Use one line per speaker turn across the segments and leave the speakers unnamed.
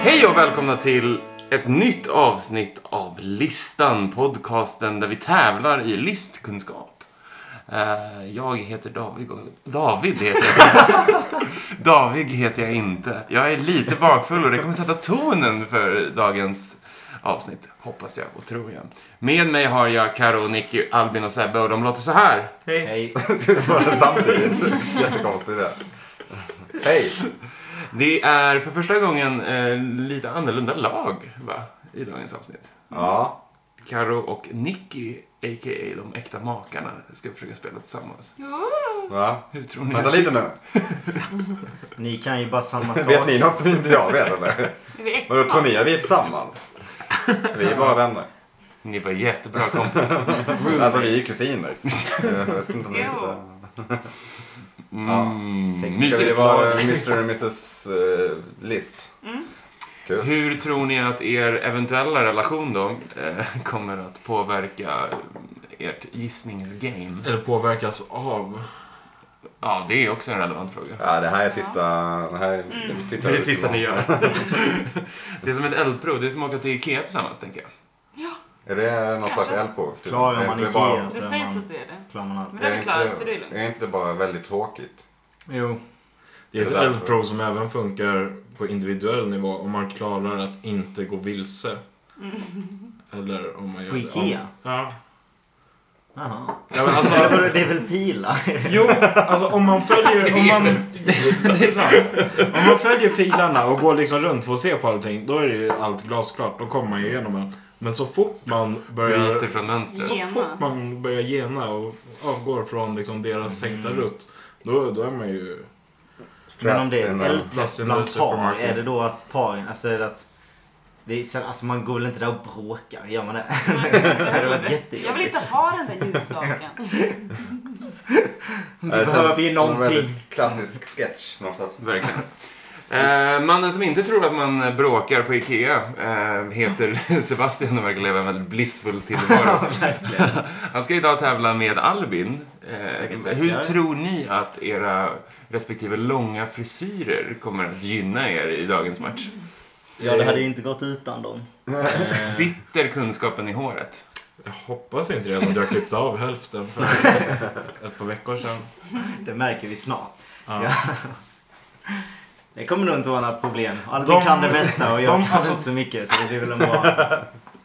Hej och välkomna till ett nytt avsnitt av Listan, podcasten där vi tävlar i listkunskap. Eh, Jag heter David. och- David heter jag. David heter jag inte. Jag är lite bakfull och det kommer sätta tonen för dagens avsnitt, hoppas jag och tror jag. Med mig har jag Karo, Nicky, Albin och Sebbe och de låter så här.
Hej. Bara samtidigt. Jättekonstigt det. Hej.
Det är för första gången eh, lite annorlunda lag, va? I dagens avsnitt.
Ja.
Karo och Nicky, a.k.a. de äkta makarna, ska försöka spela tillsammans.
Va?
Hur tror ni?
Vänta lite nu.
Ni kan ju bara samma sak.
Vet ni något som inte jag vet eller?
Alltså, Vet.
Vadå tror ni att vi är tillsammans? Vi är bara vänner.
Ni var jättebra kompisar.
Alltså vi är kusiner. Jag vet inte om det är så.
Mm,
Ska vi
mysigt.
vara Mr och Mrs eh, List? Kul.
Hur tror ni att er eventuella relation då eh, kommer att påverka eh, ert gissningsgame?
Eller påverkas av.
Ja, det är också en relevant fråga.
Ja, det här är sista... Det här är,
Mm.
vi
Det
flyttar
är det
ut.
sista ni gör. Det är som ett eldprov. Det är som att åka till Ikea tillsammans, tänker jag.
Är det någon slags LP?
Klarar man
Är det
Ikea?
bara-
Det
Så
sägs
man-
att det är det.
Klarar man allt.
Men det
Är
har vi klarat så det är
inte,
lugnt.
är inte bara väldigt tråkigt?
Jo.
Det är ett
Det är därför.
elprov som även funkar på individuell nivå om man klarar att inte gå vilse. Mm. Eller om man gör
På
det-
Ikea?
Om, ja.
Jaha.
ja men alltså,
Alltså, vadå, det är väl pilar?
jo, alltså om man följer... Om man, det är sant. Om man följer filarna och går liksom runt för att se på allting, då är det ju allt glasklart. Då kommer man ju igenom allt. Men så fort man börjar...
Bryter från mönstret.
Så
Gena.
fort man börjar gena och avgår från liksom deras tänkta rutt, då, då är man ju...
Men om det är
Trapped in
ett
a-
eldtest
Lost in the
bland par,
supermarket.
är det då att paren, alltså är det att... Det är, sen- alltså man går väl inte där och bråkar? Gör man det? det hade varit
Jag vill
jättejobbigt.
inte ha den där ljusstaken.
Det
Ja,
behöver ju
känns som en
någonting.
väldigt klassisk sketch någonstans.
Verkligen. Eh, mannen som inte tror att man bråkar på Ikea eh, heter Sebastian och verkar leva en väldigt blissfull tillvaro. Han ska idag tävla med Albin. Eh,
Tackar, tackar.
Hur tror ni att era respektive långa frisyrer kommer att gynna er i dagens match?
Ja, det hade ju inte gått utan dem.
Sitter kunskapen i håret?
Jag hoppas inte redan att jag klippte av hälften för ett par veckor sedan.
Det märker vi snart.
Ja.
Ja. Det kommer nog inte vara några problem. Albin
De-
kan det mesta och jag
de-
kan
alltså-
inte så mycket så det är väl en bra...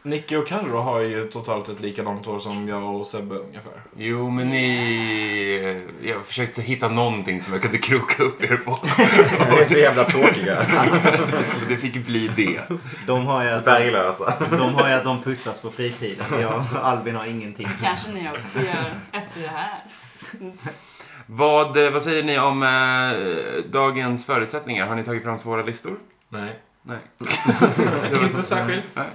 Nicky och Carro har ju totalt ett likadant hår som jag och Sebbe ungefär.
Jo, men ni... Jag försökte hitta någonting som jag kunde kroka upp er på.
Vi är så jävla tråkiga.
Det fick bli det.
De har ju att
Färglösa.
De har ju att de pussas på fritiden. Jag och Albin har ingenting.
Kanske ni också gör efter det här.
Vad, eh, vad säger ni om eh, dagens förutsättningar? Har ni tagit fram svåra listor?
Nej.
Nej.
inte särskilt.
Nej.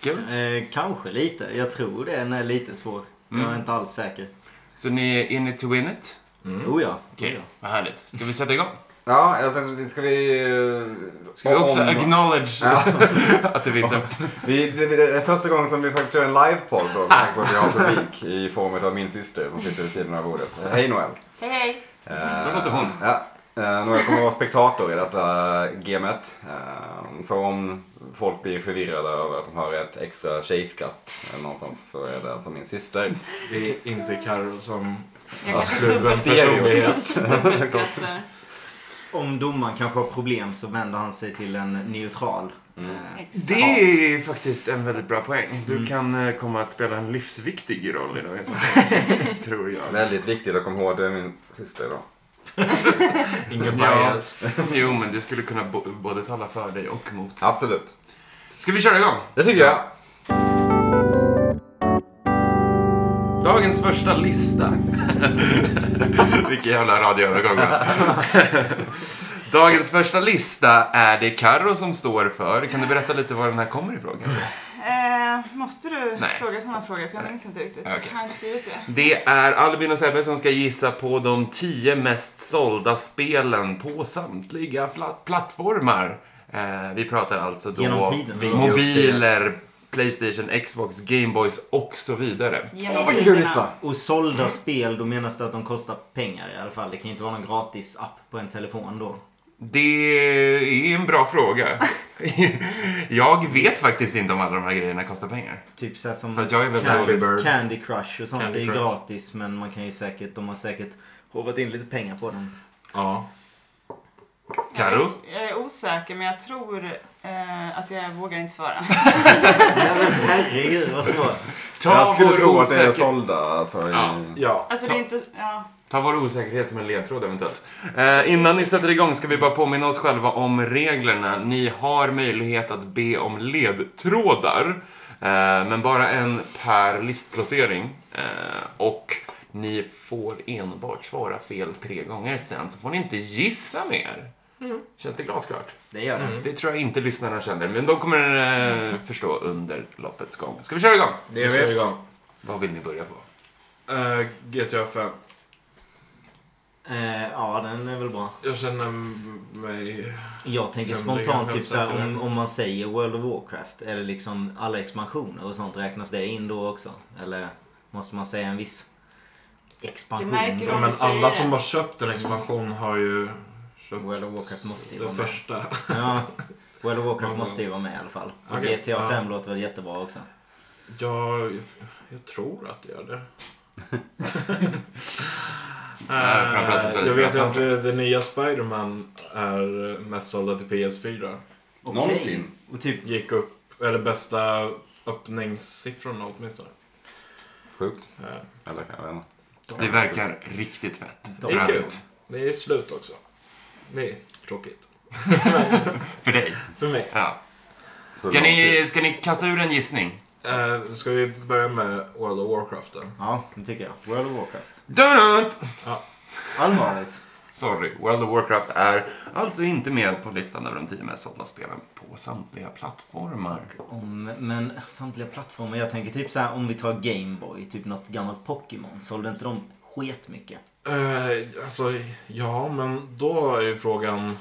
Kul.
Eh, kanske lite. Jag tror den är lite svår.
Mm.
Jag är inte alls säker.
Så ni är in it to win it?
Oh ja.
Mm. Okej, vad härligt. Ska vi sätta igång?
Ja, jag tänkte, ska vi... eh,
Ska vi också
om-
acknowledge
Ja,
att det finns en...
vi, det, det är första gången som vi faktiskt kör en livepodd då, med tanke på att vi har publik i form av min syster som sitter vid sidan av bordet. Eh, Hej Noel.
Hej hej!
Eh,
Så låter hon.
Ja, eh, Noel kommer vara spektator i detta gamet. Eh, så om folk blir förvirrade över att de hör ett extra tjejskatt eh, någonstans så är det alltså min syster.
Det är inte Carro som
Jag kanske
kluven personlighet.
dubbelskrattar.
Om domaren kanske har problem så vänder han sig till en neutral.
Mm.
Eh,
Exakt.
Det är faktiskt en väldigt bra poäng. Du kan eh, komma att spela en livsviktig roll i dagens avsnitt, tror jag.
Väldigt viktigt att komma ihåg, det är min syster då.
Ingen
Ja.
bias.
Jo, men det skulle kunna bo- både tala för dig och mot.
Absolut.
Ska vi köra igång?
Det tycker jag.
Dagens första lista. Vilken jävla radioövergång va? Dagens första lista är det Karo som står för. Kan du berätta lite var den här kommer ifrån? Karo?
Eh, måste du
Nej.
fråga samma fråga? För jag minns inte riktigt.
Okej.
Har inte skrivit det?
Det är Albin och Sebbe som ska gissa på de tio mest sålda spelen på samtliga fla- plattformar. Eh, vi pratar alltså då
Genom tiden.
mobiler, Playstation, Xbox, Gameboys och så vidare.
Genom
Oj,
tiderna.
du lyssnar.
Och sålda spel, då menas det att de kostar pengar i alla fall. Det kan ju inte vara någon gratis app på en telefon då.
Det är en bra fråga. jag vet faktiskt inte om alla de här grejerna kostar pengar.
Typ så här som
För att jag är väl
Candy
dålig.
Bird.
Candy, Candy Crush och sånt
Candy
är ju
Crush.
gratis men man kan ju säkert, de har säkert hovat in lite pengar på dem.
Ja.
Karo?
Jag är osäker men jag tror eh, att jag vågar inte svara.
Nej men herregud vad svårt.
Jag skulle
vår
tro att det är
osäker-
sålda. Alltså, i-
Ja.
Ja.
Alltså det är inte... Ja.
Ta vår osäkerhet som en ledtråd eventuellt. Eh, innan ni sätter igång ska vi bara påminna oss själva om reglerna. Ni har möjlighet att be om ledtrådar. Eh, men bara en per listplacering. Eh, och ni får enbart svara fel tre gånger sen, så får ni inte gissa mer. Känns det glasklart?
Det gör det.
Det tror jag inte lyssnarna känner, men de kommer eh, förstå under loppets gång. Ska vi köra igång?
Det
Vi
gör
kör
vi.
igång.
Vad vill ni börja på?
Eh, GTA 5.
Eh, ja den är väl bra.
Jag känner mig...
Jag tänker
Sen blir det
spontant
kanske
typ såhär
säkrare.
om, om man säger World of Warcraft eller liksom alla expansioner och sånt räknas det in då också? Eller måste man säga en viss expansion?
Det märker
Ja,
de.
då?
men
du säger
alla
det.
som har köpt en expansion har ju köpt
World of Warcraft måste ju vara
Mm. det
med.
första.
Ja, World of Warcraft
Ja,
måste ju vara med i alla fall. Och
Okej,
GTA 5
ja.
låter väl jättebra också.
Jag, jag tror att jag gör det.
Nej, framförallt inte
Eh, jag vet ju
bra
att det, det nya Spider-Man är mest sålda till PS4.
Okej.
Någonsin.
Och typ,
Gick upp, eller bästa öppningssiffrorna åtminstone.
Sjukt.
Eh,
Eller jag vet inte.
Det verkar riktigt fett.
Det är
För
kul.
övrigt.
Det är slut också. Det är tråkigt.
För dig.
För mig.
Ja.
Så
Ska,
lång tid.
ni, ska ni kasta ur en gissning?
Eh, ska vi börja med World of Warcraft då?
ja, det tycker jag. World of Warcraft.
Donut!
Allvarligt.
Sorry, World of Warcraft är alltså inte med på listan över de tio mest sålda spelen på samtliga plattformar.
Om, men samtliga plattformar, jag tänker typ så här om vi tar Gameboy, typ något gammalt Pokémon. Sålde inte de sketmycket? mycket?
Eh, alltså, ja, men då är ju frågan...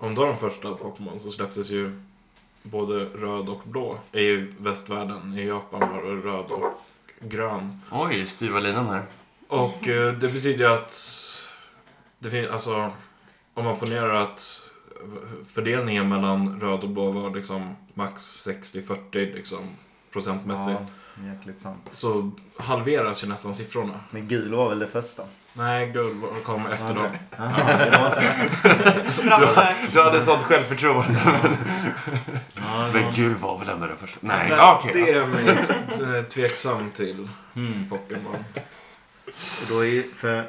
Om då de första Pokémon så släpptes ju både röd och blå i västvärlden. I Japan var det röd och grön.
Oj, styva linan här.
Och eh, det betyder ju att... Det fin- alltså, om man ponerar att fördelningen mellan röd och blå var liksom max 60-40 liksom, procentmässigt.
Ja, jäkligt sant.
Så halveras ju nästan siffrorna.
Men gul var väl det första?
Nej, guld kom efter dem.
Ja, det var så.
Bra försök.
Du hade sånt självförtroende.
Ja, det
Men
var...
gul var väl ändå den första? Nej,
Så
ja,
där-
okej.
Det är jag mig t- eh, tveksam till. Hmm.
Mm.
Pokémon.
Och då är ju för...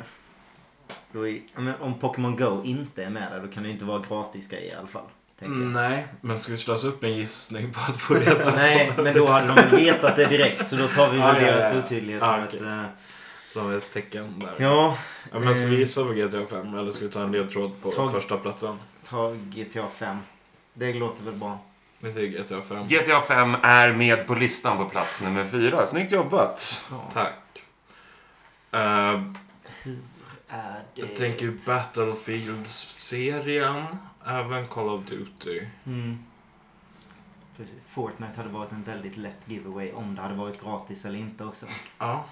Då är, ja, men om Pokémon Go inte är med där, då kan det ju inte vara gratis grej i alla fall. Tänker jag.
Mm, nej, men ska vi slösa upp en gissning på att få reda på?
Nej, men då hade de väl vetat det direkt så då tar vi väl
Ja, ja, ja.
deras otydlighet
Ja,
som
okej.
ett... eh,
Som ett tecken där.
ja, eh,
Ja, men ska vi gissa på GTA 5 eller ska vi ta en ledtråd på
Ta-
första platsen?
ta GTA 5. Det låter väl bra.
Vi säger GTA 5.
GTA 5 är med på listan på plats nummer fyra. Snyggt jobbat!
Tack. Eh,
Är det...
jag tänker ju Battlefield-serien. Även Call of Duty.
Mm. Precis. Fortnite hade varit en väldigt lätt giveaway om det hade varit gratis eller inte också.
Ja,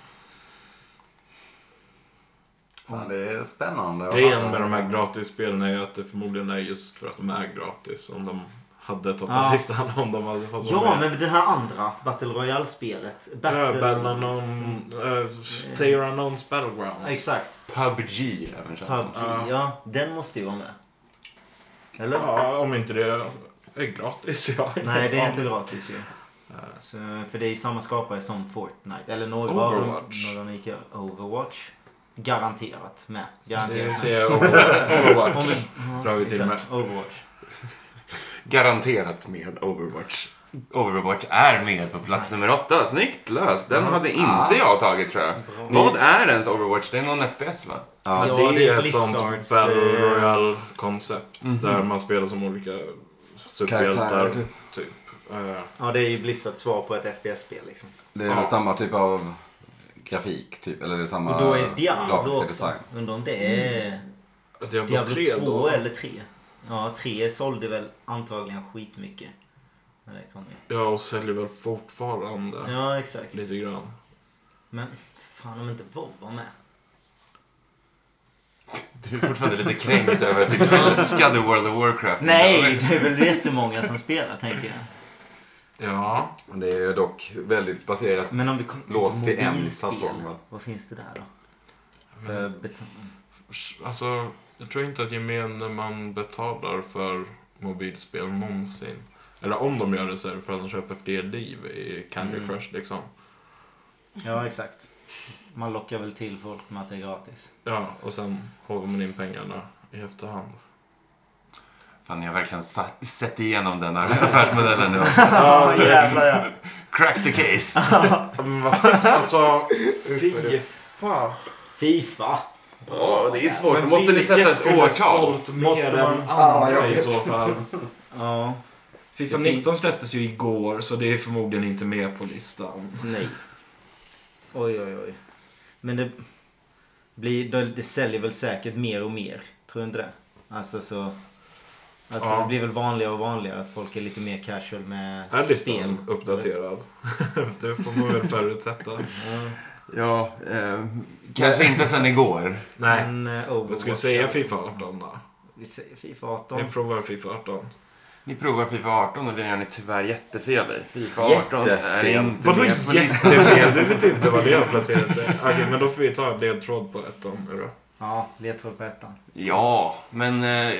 Fan, det är spännande.
grejen med de här gratisspelen är ju att det förmodligen är just för att de är gratis. Om de hade
Ja.
topplistan, om de hade fått vara
Ja,
med.
men det här andra Battle Royale-spelet.
Battle...
Battle... Mm.
Battleanon... Uh, Playeranons Battlegrounds.
Exakt.
PubG även känns som.
PubG. Ja, den måste ju vara med. Eller?
Ja, om inte det är gratis. Ja.
Nej, det är inte gratis ju. Eh, Så, för det är ju samma skapare som Fortnite. Eller några av dem-
Overwatch.
Några gick Overwatch. Garanterat med.
Det
Garanterat.
ser jag Overwatch.
Om-
drar vi till
Exakt, Overwatch.
Garanterat med Overwatch. Overwatch är med på plats nummer åtta. Snyggt löst! Den hade inte jag tagit tror jag. Vad är ens Overwatch? Det är någon FPS va?
Ja,
Ja,
det är
det är
ett sånt
Blizzards,
Battle
eh, Mhm.
Royale-koncept. Där man spelar som olika superhjältar.
Karaktärer,
Typ.
typ.
Eh,
Ja, det är ju Blizzards svar på ett FPS-spel liksom.
Det är
Ja.
väl samma typ av grafik, typ. Eller det är samma
Och då är Diablo
grafiska
också.
design.
Undrar om det är
Diablo,
Diablo
3
2
då?
eller 3. Ja, 3 sålde väl antagligen skitmycket. När det kom ju.
Ja, och säljer väl fortfarande.
Ja, exakt.
Lite grann.
Men fan om inte WoW var med.
Du är fortfarande lite kränkt över att du inte älskade World of Warcraft.
Nej, det är väl jättemånga som spelar tänker jag.
Ja.
Det är dock väldigt baserat.
Men om vi kommer
Låst till en
mobilspel,
plattform, va? Mm.
Vad finns det där då? För Eh,
Men,
beton-
alltså, jag tror inte att gemene man betalar för mobilspel någonsin. Eller om de gör det så är det för att de köper fler liv i Candy
Mm.
Crush liksom.
Ja, exakt. Man lockar väl till folk med att det är gratis.
Ja, och sen håller man in pengarna i efterhand.
Fan, jag har verkligen sa- sett igenom den här affärsmodellen nu.
Ja, jävlar ja.
Crack the case.
Men vad alltså, fy fan.
Fifa.
Ja, det är svårt.
Men
Då måste ni
vilket
sätta ett
skulle
årtal.
sålt Måste mer man- än
Ah, jag
andra i
vet.
så fall.
Ja,
Fifa
Det fin-
19 släpptes ju igår så det är förmodligen inte med på listan.
nej. Oj, oj, oj. Men det, blir, det- det säljer väl säkert mer och mer. Tror du inte det? Alltså så... Alltså
Ja.
det blir väl vanligare och vanligare att folk är lite mer casual med
Är
spel.
listan uppdaterad? det får man väl förutsätta.
Ja.
Ja, eh, kanske inte sen igår.
Nej.
Men, eh,
Jag
Overwatch-
skulle säga Fifa 18 då.
Vi säger Fifa
Vi
18.
provar Fifa 18.
Ni provar Fifa 18 och det gör ni tyvärr jättefel i. Fifa 18 är
Jättefel.
inte
Vadå
med på listan.
jättefel? Du vet inte vad det har placerat sig. Okej, men då får vi ta en ledtråd på ettan nu då.
Ja, ledtråd på ettan.
Ja, men eh,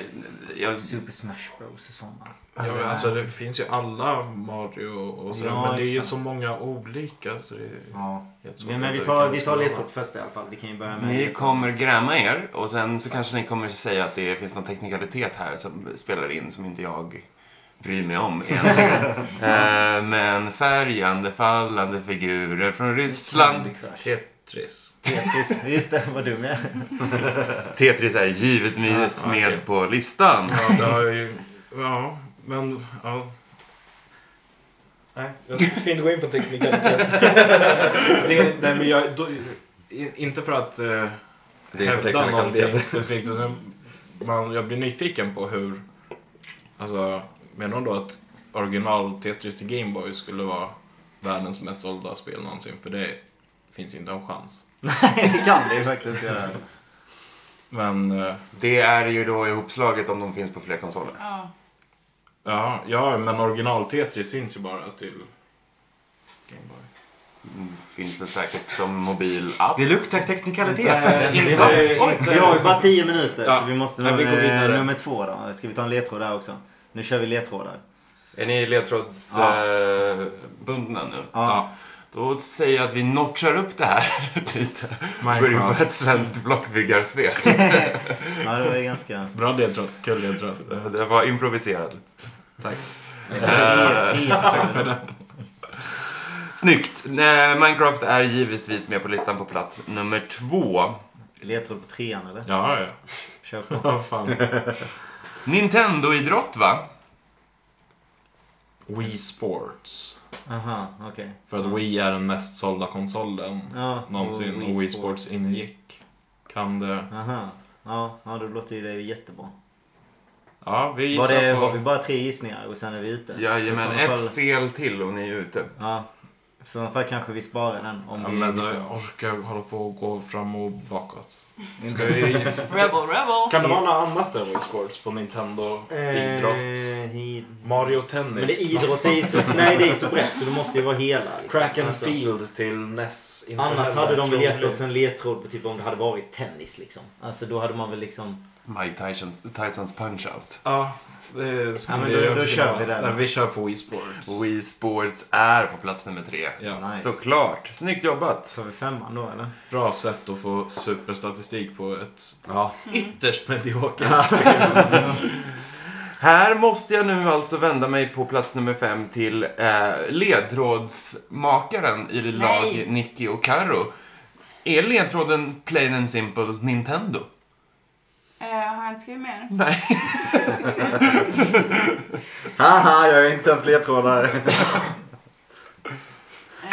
jag,
Super Smash Bros och sådana.
Ja, men alltså det finns ju alla Mario och sådär.
Ja,
men det är ju
exakt.
så många olika så det är
Ja.
jättesvårt
Ja, men vi
att
tar,
verkligen
vi tar
skala.
ledtråd först i alla fall. Vi kan ju börja med
ni
ledtråd.
kommer gräma er och sen så kanske ni kommer säga att det finns någon teknikalitet här som spelar in som inte jag bryr mig om egentligen. eh, men färgande fallande figurer från Ryssland.
Candy Crush.
Tetris.
Tetris. Just det, vad dum jag är.
Tetris är givetvis
Ja, okej.
med på listan.
Ja, det har ju... Ja, men... Ja.
Nej, jag ska inte gå in på teknikalitet. det, nej, men jag, då, i- inte för att eh,
Det är
Hävda
teknikalitet.
någonting specifikt. utan Man, jag blir nyfiken på hur... Alltså, menar de då att original Tetris till Gameboy skulle vara världens mest sålda spel någonsin? För det finns inte en chans.
Nej, det kan det ju faktiskt göra.
Men... eh,
Det är ju då ihopslaget om de finns på fler konsoler.
Ja.
Ja, ja men original Tetris finns ju bara till Gameboy.
Mm, Finns det säkert som mobilapp.
Det luktar teknikalitet.
Vi
inte-
har,
inte-
vi har ju bara tio minuter
Ja.
så vi måste
Nej, vi går
eh,
vidare.
nummer två då. Ska vi ta en ledtråd där också? Nu kör vi ledtrådar.
Är ni
Ja.
ledtrådsbundna nu?
Ja.
Då säger jag att vi notchar upp det här lite. Börjar
Minecraft.
på ett svenskt blockbyggarspel.
Ja. det var ju ganska...
Bra ledtråd. Kul ledtråd.
Det var improviserat.
Tack.
Eh,
Tre, tre.
För det.
Snyggt! Nej, Minecraft är givetvis med på listan på plats nummer två.
Ledtråd på trean eller?
Ja, ja.
Kör på.
Vad fan.
Nintendo-idrott va?
Wii Sports.
Aha, okej.
För att Wii är den mest sålda konsolen
Ja,
någonsin och Wii Sports ingick. Kan det...
Aha. Ja, ja, då låter ju det jättebra.
Ja, vi
Var
gissar
det,
på...
var vi bara tre gissningar och sen är vi ute? I
Jajamän,
sådana fall-
ett fel till och ni är ute.
Ja. I sådana fall kanske vi sparar den om
Ja,
vi...
men då orkar jag hålla på och gå fram och bakåt. Ska vi...
Rebel, rebel.
kan det vara något annat än Wii Sports på Nintendo? Idrott?
Eh, id-
Mario Tennis?
Men det är idrott, det är så, nej det är så brett så det måste ju vara hela. Liksom.
Crack and
Alltså,
field till E NES. Inte
Annars
heller
hade de väl gett
troligt.
oss en ledtråd på typ om det hade varit tennis liksom. Alltså då hade man väl liksom...
Mike Tysons, Tysons Punch-Out.
Ja, det
Ja,
skulle
men då-
jag
då
också
kör
vara.
vi den.
Nej, vi kör på Wii Sports.
Wii Sports är på plats nummer tre.
Ja.
Nice.
Såklart! Snyggt jobbat!
Tar vi femman då eller?
Bra sätt att få superstatistik på ett
Ja,
ytterst mediokert spel.
Här måste jag nu alltså vända mig på plats nummer fem till eh, ledtrådsmakaren i lag
Nej.
Nicky och Karo. Är ledtråden plain and simple Nintendo?
Eh, har jag inte skrivit mer?
Nej.
Haha, jag är inte ens ledtrådar.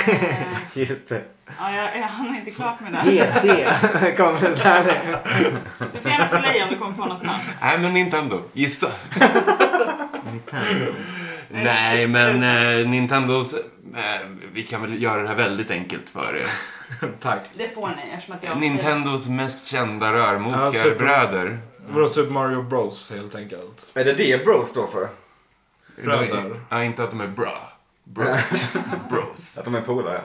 Eh,
Just det.
ja, jag, jag hann inte klart med det.
PC kommer det så här.
Du får gärna fylla i om du kommer på något snabbt.
Nej, men Nintendo. Gissa.
Nintendo.
Nej, men eh, Nintendos eh, vi kan väl göra det här väldigt enkelt för er.
Tack.
Det får ni eftersom att jag...
Nintendos mest kända
Ja, super.
rörmokarbröder.
Vadå Super Mario Bros helt enkelt?
Är det det Bros står för?
Bröder.
Ja, inte att de är bra. Bro. Bros.
Att de är polare?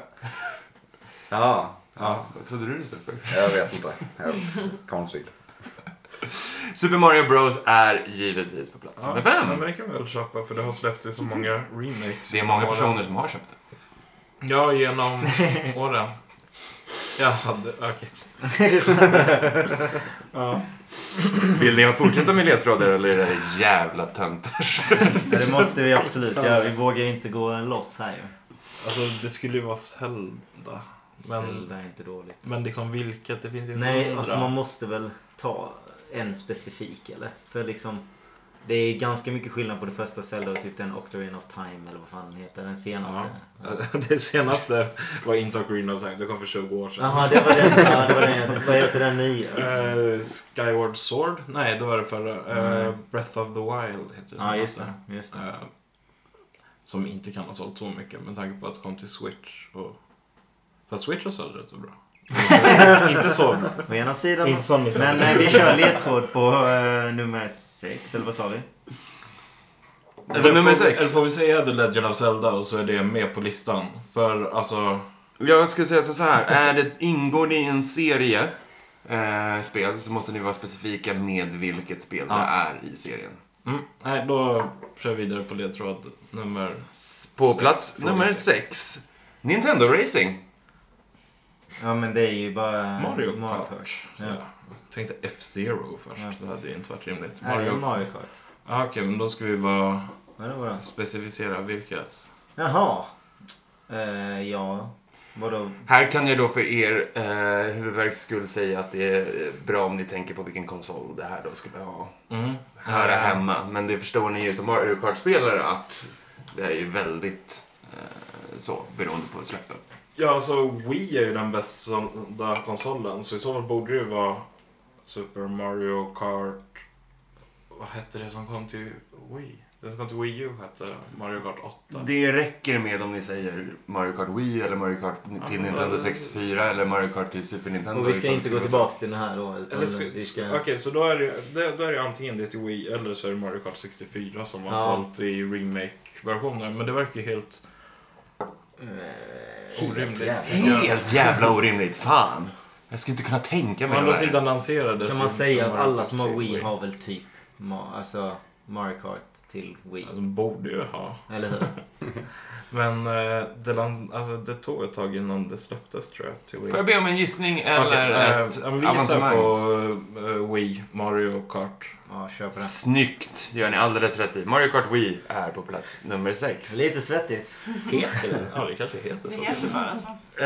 Ja,
Ja, vad trodde du det stod för?
jag vet inte. Helt Konstigt.
Super Mario Bros är givetvis på plats nummer
Ja, men
fem.
det kan vi väl köpa för det har släppts i så många remakes.
Det är många
genom åren.
personer som har köpt det.
Ja, genom åren. Jag hade... Okej. Ja.
Vill ni fortsätta med ledtrådar eller är det jävla töntar?
Ja, det måste vi absolut göra. Vi vågar inte gå loss här ju.
Alltså, det skulle ju vara Zelda. Men,
Zelda är inte dåligt.
men liksom vilket? Det finns ju
Nej,
hundra.
alltså man måste väl ta en specifik eller? För liksom det är ganska mycket skillnad på det första Zelda och typ den Octarine of Time eller vad fan den heter. Den senaste.
Det senaste var inte Green of Time. Det kom för 20 år sedan.
Jaha, det var den. Ja, det var den. Vad heter den nya?
Eh, Skyward Sword? Nej, det var det förra. Eh, Breath of the Wild heter det.
Ja, just
senaste.
det. Just det.
Eh, som inte kan ha sålt så mycket med tanke på att det kom till Switch. Och... Fast Switch har sålt rätt så bra. inte så bra.
Å ena sidan.
Inte som
Men eh, vi kör ledtråd på eh, nummer sex, eller vad sa vi?
Eller nummer
får,
sex.
eller får vi säga The Legend of Zelda och så är det med på listan. För alltså...
Jag skulle säga så här. Är det, ingår det i en serie eh, spel så måste ni vara specifika med vilket spel
Ja.
det är i serien.
Mm, nej, då kör vi vidare på ledtråd nummer...
På
Sex,
plats
fråga
nummer
sex.
sex. Nintendo Racing.
Ja, men det är ju bara
Mario
Mario
Kart.
Kart.
Ja.
Ja.
Jag tänkte F-Zero först.
Ja.
Det hade ju inte varit rimligt.
Nej, det är
Mario...
Mario Kart.
Ah, Okej, men då ska vi bara
Ja, det var det.
specificera vilket.
Jaha. Eh, ja, vadå?
Här kan jag då för er eh, huvudvärks skull säga att det är bra om ni tänker på vilken konsol det här då skulle ha.
Mm.
höra
Eh,
hemma. Men det förstår ni ju som Mario Kart-spelare att det är ju väldigt eh, så beroende på släppen.
Ja, alltså Wii är ju den bästa konsolen. Så i så fall borde det ju vara Super Mario Kart... Vad hette det som kom till Wii? Den som kom till Wii U hette Mario Kart 8.
Det räcker med om ni säger Mario Kart Wii eller Mario Kart till
men-
Nintendo 64 eller Mario Kart till Super Nintendo.
Och vi ska
utan
inte gå
skulle vara
tillbaka till den här då. Utan
Eller ska,
vi
ska,
ska...
Okej, så då är, det, det- då är det antingen det till Wii eller så är det Mario Kart 64 som har
Ja.
sålt i remake-versioner. Men det verkar ju helt
Eh,
orimligt.
så- Helt jävla orimligt. Fan. Jag skulle inte kunna tänka
Å
mig
andra
det här.
sidan lanserades
Kan
ju
man
inte
säga att
Mario
alla
Kart
som har
till
Wii har väl typ Ma- alltså Mario Kart till Wii?
Ja, de borde ju ha.
Eller hur?
Men eh, det, land, alltså, det tog ett tag innan det släpptes tror jag till Wii.
Får jag be om en gissning eller
Okej, eh,
ett
ja, men vi gissar
avancemang?
på eh, Wii, Mario Kart.
Ja, kör på det.
Snyggt! Det gör ni alldeles rätt i. Mario Kart Wii är på plats nummer sex.
Lite svettigt.
Heter det? Ja, det kanske heter
Det
så.
heter bara så.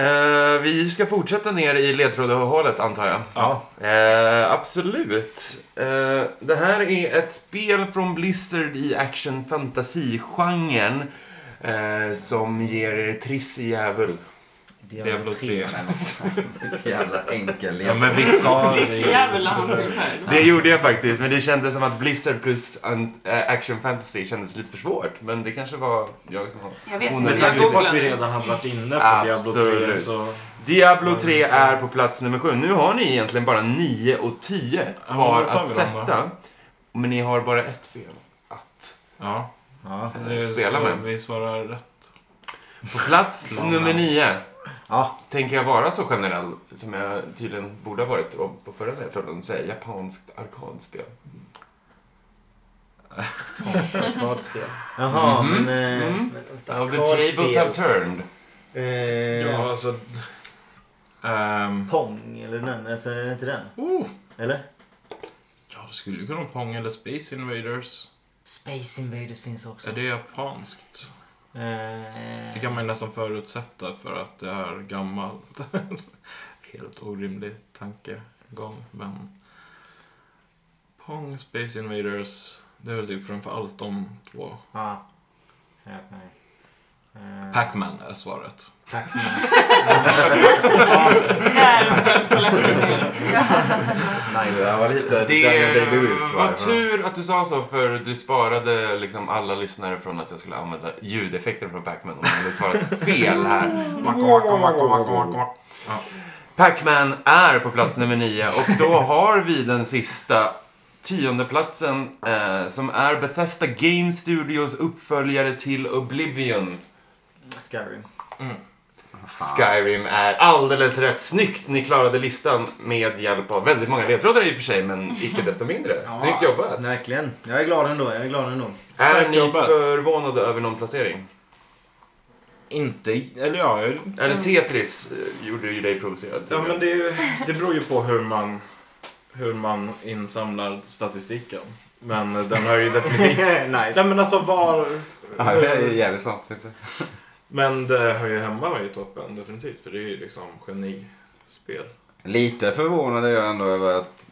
Eh, vi ska fortsätta ner i ledtrådehålet antar jag.
Ja.
Eh, absolut. Eh, det här är ett spel från Blizzard i action fantasy-genren. Eh, som ger er triss i djävul.
Diablo 3.
Jävla enkel
Ja, men vi sa det ju.
Trissjävel har han till själv.
Ah.
Det gjorde jag faktiskt, men det kändes som att Blizzard plus an- eh, action fantasy kändes lite för svårt. Men det kanske var jag som var...
Jag vet
Hon är
inte.
Med
jag
tanke på
googlar.
att vi redan hade varit inne på Diablo 3
Absolut.
så...
Diablo 3 är på plats nummer 7. Nu har ni egentligen bara 9 och 10
Ja,
kvar
då tar
att
vi dem då.
sätta. Men ni har bara ett fel att
Ja,
Ja.
det är
Eh, Spela
så
med.
vi svarar rätt.
På plats nummer 9
ja.
tänker jag vara så generell som jag tydligen borde ha varit och på förra ledtråden säga japanskt arkadspel.
Arkadspel. Jaha,
Mhm.
men... Eh,
Mm.
men vänta,
Oh, the tables have
Arkadspel.
turned.
Ja,
Eh,
alltså... Ehm,
Pong eller den. Alltså, är det inte den?
oh,
Eller?
ja, det skulle ju kunna vara Pong eller Space Invaders.
Space Invaders finns också.
Är det japanskt?
Eh,
Det kan man ju nästan förutsätta för att det är gammalt. Helt orimlig tankegång, men... Pong, Space Invaders. Det är väl typ framför allt de två.
Ja. Ja, nej. Eh,
Pac-Man är svaret.
Tack.
Det
nice.
där var lite
Det
Daniel Day-Lewis.
var tur att du sa så för du sparade liksom alla lyssnare från att jag skulle använda ljudeffekten från Pac-Man om jag hade svarat fel här. Pac-Man är på plats nummer nio och då har vi den sista tiondeplatsen eh, som är Bethesda Game Studios uppföljare till Oblivion.
Skyrim.
Skyrim är alldeles rätt snyggt. Ni klarade listan med hjälp av väldigt många ledtrådar i och för sig, men icke desto mindre. Snyggt jobbat.
Verkligen. Jag är glad ändå. Jag är glad ändå.
Är
Starkt
ni
jobbat.
förvånade över någon placering?
Inte... Eller ja, jag-
Eller
Mm.
Tetris eh, gjorde ju dig provocerad.
ja
tydligen.
men det, är ju- det beror ju på hur man, hur man insamlar statistiken. Men den har ju definitivt... Nej
nice.
men alltså var...
Ja, det är ju jävligt sant. liksom. tänkte jag säga.
Men det hör ju hemma i toppen definitivt. För det är ju liksom genispel.
Lite förvånad är jag ändå över att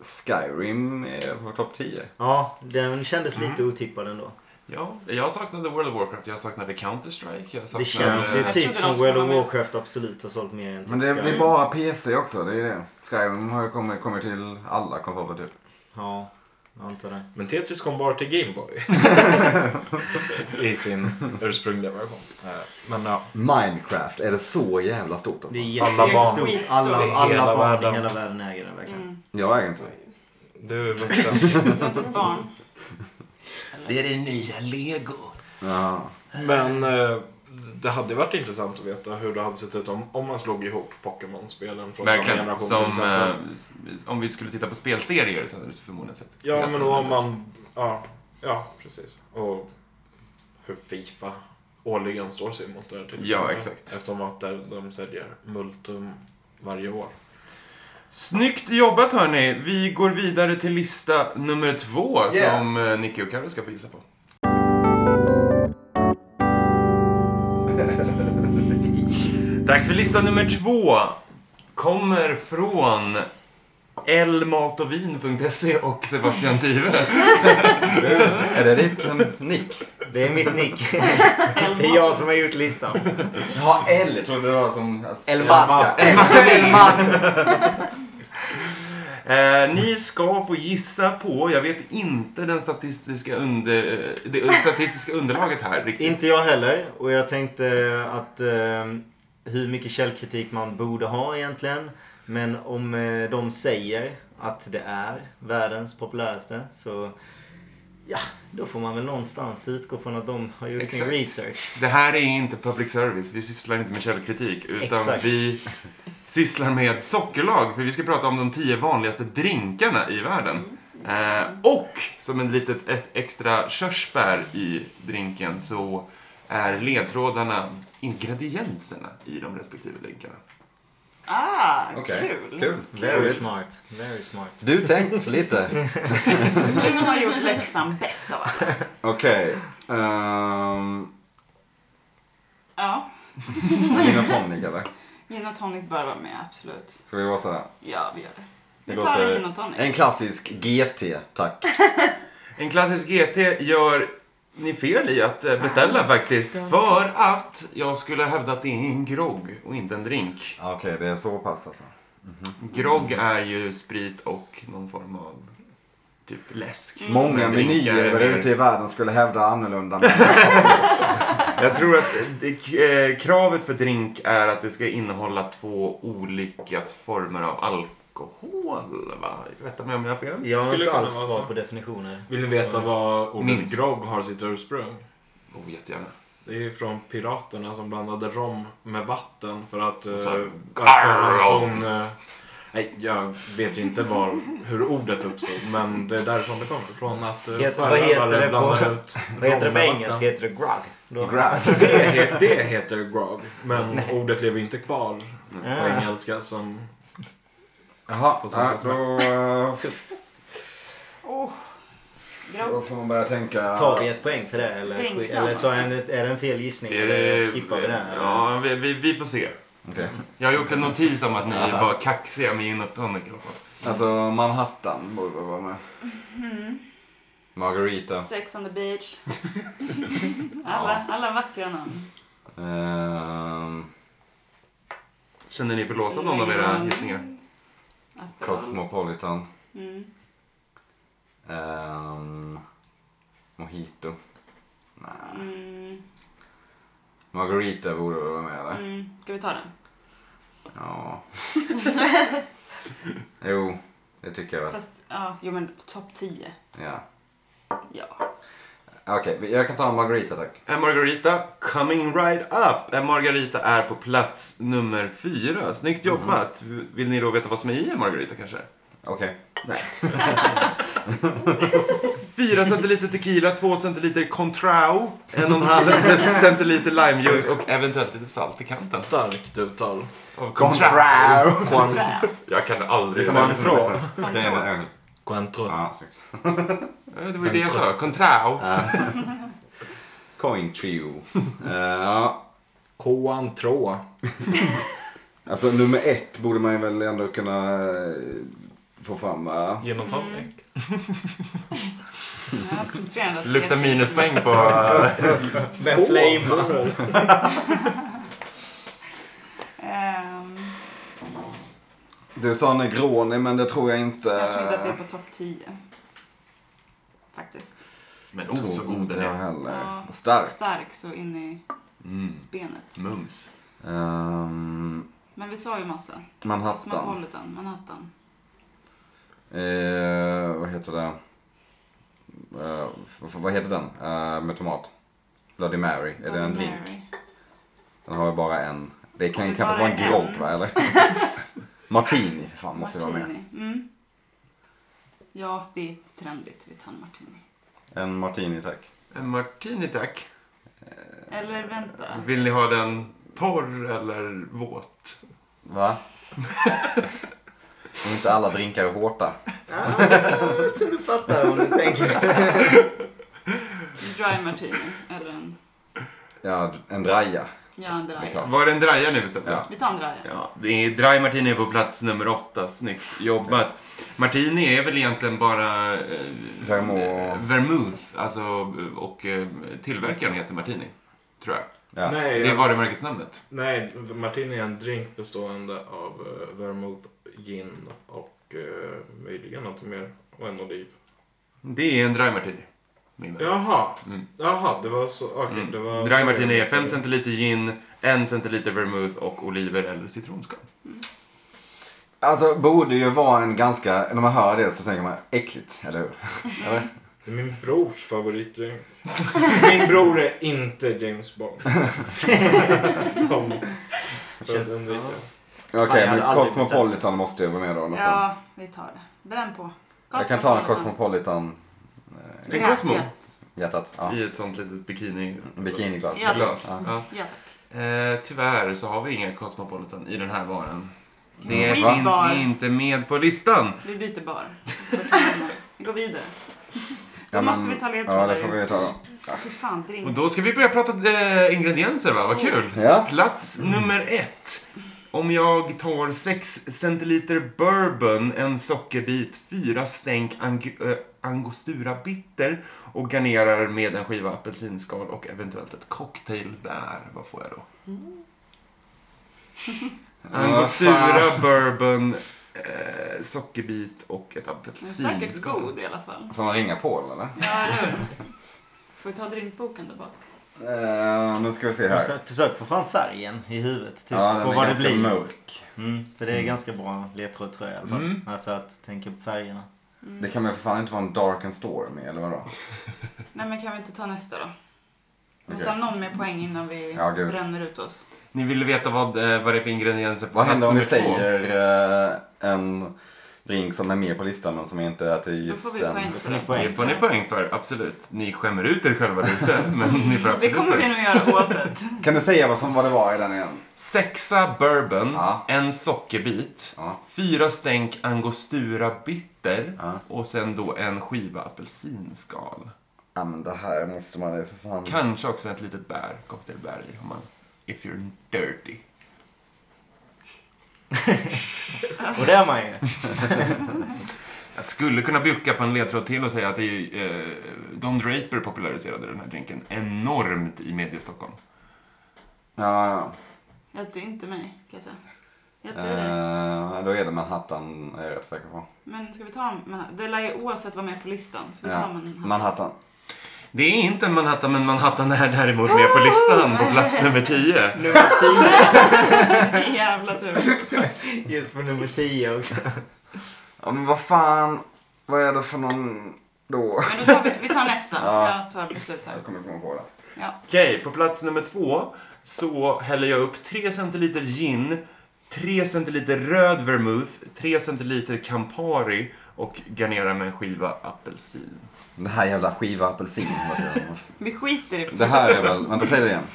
Skyrim är på topp 10.
Ja, den kändes lite otippad ändå.
Ja, jag saknade World of Warcraft, jag saknade Counter-Strike, jag saknade...
Det känns ju
eh,
trodde
typ
de
som
skulle
World of
vara med.
Warcraft absolut har sålt mer än typ
Men det blir
Skyrim.
bara PC också, det är ju det. Skyrim har ju kommit, kommit till alla konsoler typ.
Ja, jag antar det.
Men Tetris kom bara till Gameboy. I sin ursprungliga version. Eh, Men ja.
Minecraft, är det så jävla stort
Det
alltså?
är
Alla
jätte-
barn.
jättestort.
Skitstort.
Alla,
Hela
alla barn
världen.
i hela världen äger den verkligen.
Mm.
Jag äger inte så.
Du är vuxen.
Du har inte ett barn.
Det är det nya Lego.
Ja.
Men eh, det hade varit intressant att veta hur det hade sett ut om, om man slog ihop Pokémon-spelen från samma
Verkligen.
generation.
Som,
till exempel.
eh, om vi skulle titta på spelserier så hade det förmodligen sett...
ja, men om man... Ja, ja, precis. Och hur Fifa årligen står sig mot det här. till
Ja,
exempel.
exakt.
Eftersom att där de säljer multum varje år.
Snyggt jobbat hörni! Vi går vidare till lista nummer två
Yeah.
som eh, Nicky och Carro ska få gissa på. Dags för lista nummer två. Kommer från lmatovin.se och Sebastian Tyve.
Är det ditt eh, nick?
Det är mitt nick. det är jag som har gjort listan.
Ja, L trodde det var som... Alltså,
Elva.
Eh, ni ska få gissa på, jag vet inte den statistiska under, eh, det statistiska underlaget här riktigt.
Inte jag heller. Och jag tänkte att eh, hur mycket källkritik man borde ha egentligen. Men om eh, de säger att det är världens populäraste så ja, då får man väl någonstans utgå från att de har gjort sin
Exakt.
research.
Det här är inte public service, vi sysslar inte med källkritik. Utan
Exakt.
vi sysslar med sockerlag, för vi ska prata om de tio vanligaste drinkarna i världen. Eh, och som en litet e- extra körsbär i drinken så är ledtrådarna ingredienserna i de respektive drinkarna.
Ah,
Okej,
kul.
kul.
Very
Roligt.
smart. Very smart.
Du tänkt lite.
Du har gjort läxan bäst av alla.
Okej. Ehm,
Ja,
Gin och tonic eller?
gin och tonic bör vara med, absolut.
Ska vi vara sådär?
Ja, vi gör det. Vi
Det
tar
låter-
en gin och tonic.
En klassisk GT, tack.
En klassisk GT gör ni fel i att eh, beställa faktiskt. För att jag skulle hävda att det är en grogg och inte en drink.
Ah, Okej, det är så pass alltså.
Grogg är ju sprit och någon form av typ läsk.
Mm.
Mm.
Många
Men Mm. drinkar
menyer där
är mer-
ute i
typ-
världen skulle hävda annorlunda. Men
Jag tror att det, eh, kravet för drink är att det ska innehålla två olika former av alkohol. Va? Rätta mig om jag har fel.
Jag är
Skulle
inte
kunna
alls
vara
bra
så.
på definitioner.
Vill ni veta vad ordet
Minst.
grogg har sitt ursprung?
Oh, jättegärna.
Det är ju från piraterna som blandade rom med vatten för att...
Så här,
Uh, en sån... eh, nej, jag vet ju inte var, hur ordet uppstod, men det är därifrån det kommer. Från att uh,
Heter- vad heter det på-
ut
Vad heter det
rom
på
med
engelska?
vatten.
Heter det grog? Då-
Det, he, det heter grog, men ordet lever ju inte kvar på
Ah,
engelska som...
Jaha,
På sånt
ja,
sätt som
då, eh,
tufft.
Oh,
då
grogg.
får man börja tänka.
Tar vi ett poäng för det eller,
Drinknamn,
eller så är, det, är det en fel gissning? Eller
Eh,
skippar vi det? här?
Ja, vi, vi, vi får se.
Okej.
Jag har gjort en notis om att ni var kaxiga med gin och tonic. i alla fall.
Mm-hmm.
Alltså Manhattan borde vara med. Margarita.
Sex on the beach. alla, alla vackra namn.
Ehm,
Känner ni för låsa någon av era gissningar?
Aperol.
Cosmopolitan.
Mm.
Ehm, mojito. Nej.
Mm.
Margarita borde väl vara med eller?
Mm. Ska vi ta den?
Ja. jo, det tycker jag väl.
Fast, ja, jo men topp 10.
Ja.
Ja.
Okej, jag kan ta en Margarita tack.
En Margarita coming right up. En Margarita är på plats nummer fyra. Snyggt jobbat. Vill ni då veta vad som är i en Margarita kanske?
Okej.
Nej. Fyra centiliter tequila, två centiliter contrao, en och en halv centiliter limejuice och eventuellt lite salt i kanten.
Starkt uttal.
Och
Contrao.
Trä.
Jag kan aldrig...
Liksom
det,
man liksom, liksom, det är en öl.
Cointreau.
Ja, snyggt.
det var ju det jag sa. Contrao.
Coin trio. Eh, Ja.
Cointreau.
Alltså nummer ett borde man ju väl ändå kunna eh, få fram va?
Gin och tonic.
Ja, frustrerande. att-
Luktar minuspoäng på... eh,
Med flame.
Ehm,
Du sa Negroni men det tror jag inte.
jag tror inte att det är på topp 10. Faktiskt.
Men
Tror
oh, så god
inte
den
jag
är.
heller.
Ja.
Stark.
Stark så in i
Mm.
benet.
Mums.
Ehm,
Men vi sa ju massa.
Manhattan.
Cosmopolitan, Manhattan.
Eh, vad heter det? Eh, vad- vad heter den? Eh, med tomat. Bloody Mary. Är det en
Bloody
drink?
Mary.
Den har ju bara en. Det kan
Om
ju
det
knappast
bara
vara en
är
grogg
en.
va eller? Martini för fan måste ju vara med.
Martini. Mm. Ja, det är trendigt. Vi tar en martini.
En martini tack. Eh,
En Eh, martini tack.
Eller vänta.
Vill ni ha den torr eller våt?
Va? Om inte alla drinkar är hårda.
Ah, jag tror du fattar om du tänker.
Dry martini. Eller en...
Ja, en draja.
Ja, en
Det är
dry.
klart.
Var det en draja ni bestämde?
Ja.
Vi tar en dry.
Ja, det är Dry Martini är på plats nummer åtta. Snyggt jobbat. Martini är väl egentligen bara eh,
Vermouth.
vermouth, alltså, och eh, tillverkaren heter Martini. Tror jag.
Ja.
Nej,
Det är
alltså-
varumärkesnamnet.
Nej, martini är en drink bestående av eh, vermouth, gin och eh, möjligen något mer. Och en oliv.
Det är en Dry Martini. min vän.
Jaha,
Mm.
jaha, det var så. Okej, det var...
Mm. Dry Martini är 5 centiliter gin, 1 centiliter vermouth och oliver eller citronskal.
Alltså borde ju vara en ganska, när man hör det så tänker man äckligt, eller hur? eller?
Det är min brors favoritdrink. min bror är inte James Bond. Om- för att
Känns-
undvika.
Okej,
Fan, jag hade
men
aldrig
Cosmopolitan måste ju vara med då nästan.
Ja, vi tar det. Bränn på.
jag kan ta en Cosmopolitan eh,
En Cosmo
Ja,
hjärtat. Ja.
i ett sånt litet bikini...
En Bikiniglas.
Ja.
Glas.
Ja.
Ja.
ja.
Eh, tyvärr så har vi inga Cosmopolitan i den här varan. Det
Mm.
finns
Bar.
inte med på listan.
Vi byter bar. Vi går vidare. Då
Ja, men-
måste vi ta
Ja,
ledtrådar.
det får vi ta då.
Ja, Fy fan,
Och
drink.
då ska vi börja prata eh, ingredienser va, vad kul!
Ja.
Plats
Mm.
nummer ett. Om jag tar 6 centiliter bourbon, en sockerbit, fyra stänk ang- eh, angostura bitter och garnerar med en skiva apelsinskal och eventuellt ett cocktailbär. Vad får jag då?
Vad
Angostura, bourbon, eh, sockerbit och ett
Den är säkert
apelsinskal.
god i alla fall.
Får man ringa på eller?
Ja, eller hur? Får vi ta drinkboken där bak?
Eh, nu ska vi se här.
Försök- Försök få fram färgen i huvudet. Typ,
Ja, den
och
är
typ vad det
ganska
blir.
mörk.
Mm, för det är ganska bra ledtråd tror jag i alla fall.
Mm.
Alltså att tänka på färgerna.
Mm.
Det kan väl för fan inte vara en Dark and Storm eller vadå?
Nej, men kan vi inte ta nästa då? Vi måste
Okej.
ha någon mer poäng innan vi
Ja, gud.
bränner ut oss.
Ni ville veta vad, eh, vad det är för ingredienser på
Vad
plats
händer om vi
nummer två?
säger eh, en drink som är med på listan men som inte är till
Då
just
får vi
den?
poäng för det.
Det får ni poäng för, absolut. Ni skämmer ut er själva lite, men ni får
Det
absolut
kommer vi
poäng.
nog göra oavsett.
Kan du säga vad, som, vad det var i den igen?
Sexa bourbon,
Ja.
en sockerbit,
Ja.
fyra stänk angostura bitter
Ja.
och sen då en skiva apelsinskal.
Ja men det här måste man ju för fan...
Kanske också ett litet bär, cocktailbär i om man... If you're dirty.
Och det är man ju.
Jag skulle kunna bjucka på en ledtråd till och säga att det är, eh, Don Draper populariserade den här drinken enormt i mediestockholm.
Ja, ja.
Hjälpte inte mig, kan jag säga. Hjälpte du dig?
Eh, då är det Manhattan, är jag rätt säker på.
Men ska vi ta Manhattan? Det lär ju oavsett vara med på listan. Så vi tar
Ja.
Manhattan.
Manhattan.
Det är inte en Manhattan, men Manhattan är däremot med på listan på plats nummer 10.
Nummer
Jävla tur.
10. Just på nummer 10 också.
Ja, men vad fan, vad är det för någon då?
Men då tar vi, vi tar nästa.
Ja.
Jag tar beslut här.
Jag kommer komma på det.
Ja.
Okej, på plats nummer två så häller jag upp 3 centiliter gin, 3 centiliter röd vermouth, 3 centiliter Campari och garnerar med en skiva apelsin.
Det här jävla skiva apelsin. vad tror jag.
Vi skiter i
Det här är väl, vänta säg det igen.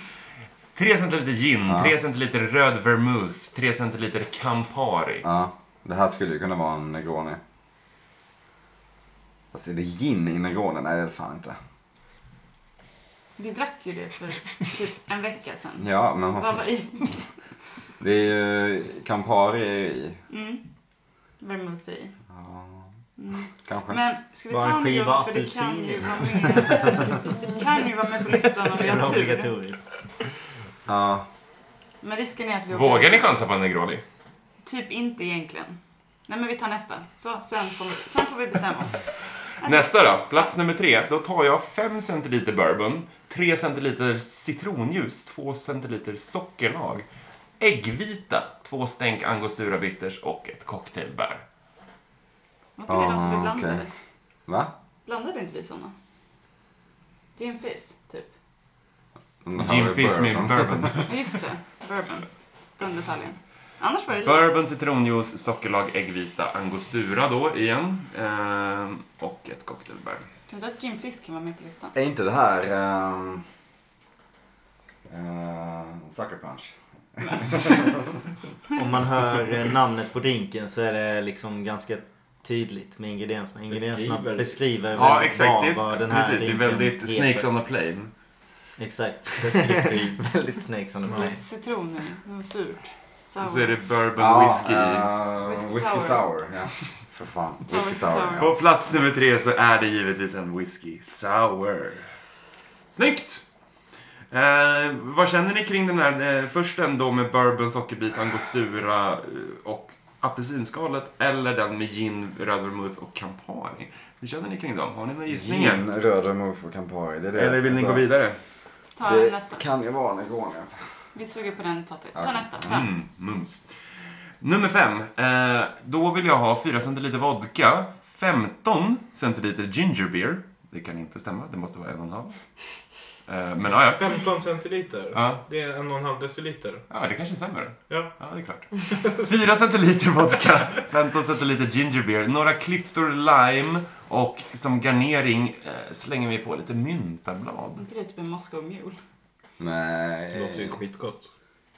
3 centiliter gin,
Ja.
3 centiliter röd vermouth, 3 centiliter Campari.
Ja, det här skulle ju kunna vara en negroni. Fast är det gin i negroni? Nej det är det fan inte.
Vi drack ju det för typ en vecka sedan.
Ja men
Vad
vad-
var i?
det är ju Campari är ju i.
Mm. Vermouth i.
Ja,
Mm.
kanske.
Men ska vi
Bara en
ta en
skiva
grogg? För det kan
apelsin i.
ju vara med. kan ju vara med på listan om
Så
vi
jävla
har tur.
obligatoriskt.
Ja,
Men risken är att vi åker
Vågar ni
ut.
chansa på en Negroni?
Typ inte egentligen. Nej men vi tar nästa. Så, sen får vi, sen får vi bestämma oss.
Nästa då, plats nummer tre. Då tar jag 5 centiliter bourbon, 3 centiliter citronjuice, 2 centiliter sockerlag, äggvita, två stänk angostura bitters och ett cocktailbär.
Var inte det de som vi
Ah,
blandade?
okej. va?
Blandade inte vi såna? Gin fizz, typ.
Den här är
Gin fizz med
bourbon.
bourbon.
Ja, Just det, bourbon. Den detaljen. Annars var det lite.
Bourbon, citronjuice, sockerlag, äggvita, angostura då igen. Ehm, och ett cocktailbär.
Tror inte att gin fizz kan vara med på listan?
Är inte det här... ehm, eh, sucker punch?
Om man hör eh, namnet på drinken så är det liksom ganska tydligt med ingredienserna. Ingredienserna beskriver,
Beskriver.
väldigt
Ja, exakt.
bra
Det
vad
är,
den här
precis, det är
drinken
väldigt
heter.
snakes on a plane.
Exakt. Deskriptiv. väldigt snakes on the plane.
Citron i, det var surt. Sour.
Så är det bourbon,
Ja,
whisky.
eh,
Whisky
whisky
sour.
sour. Ja. För fan.
Ja,
Whisky
whisky
sour.
sour.
På
Ja.
plats nummer tre så är det givetvis en whisky sour. Snyggt! Eh, vad känner ni kring den här eh, första då med bourbon, sockerbit, angostura eh, och apelsinskalet eller den med gin, röd vermouth och campari? Hur känner ni kring dem? Har ni några gissningar?
Gin, röd vermouth och Campari. Det är det.
Eller vill ni gå
Alltså,
vidare?
Ta
Det
nästa.
kan ju vara negroni alltså.
Vi suger på den tottet. Ta
Okej.
nästa. Fem.
Mm, mums. Nummer fem. Eh, då vill jag ha 4 centiliter vodka, 15 centiliter ginger beer. Det kan inte stämma, det måste vara en och en halv. Eh, men ja, ja.
15 centiliter.
Ja,
Det är en och en halv deciliter.
Ja, det kanske stämmer.
Ja.
Ja, det är klart. 4 centiliter vodka, 15 centiliter ginger beer, några klyftor lime och som garnering eh, slänger vi på lite myntablad.
inte det typ en Moscow Mule?
Nej.
Det låter
Eh.
ju skitgott.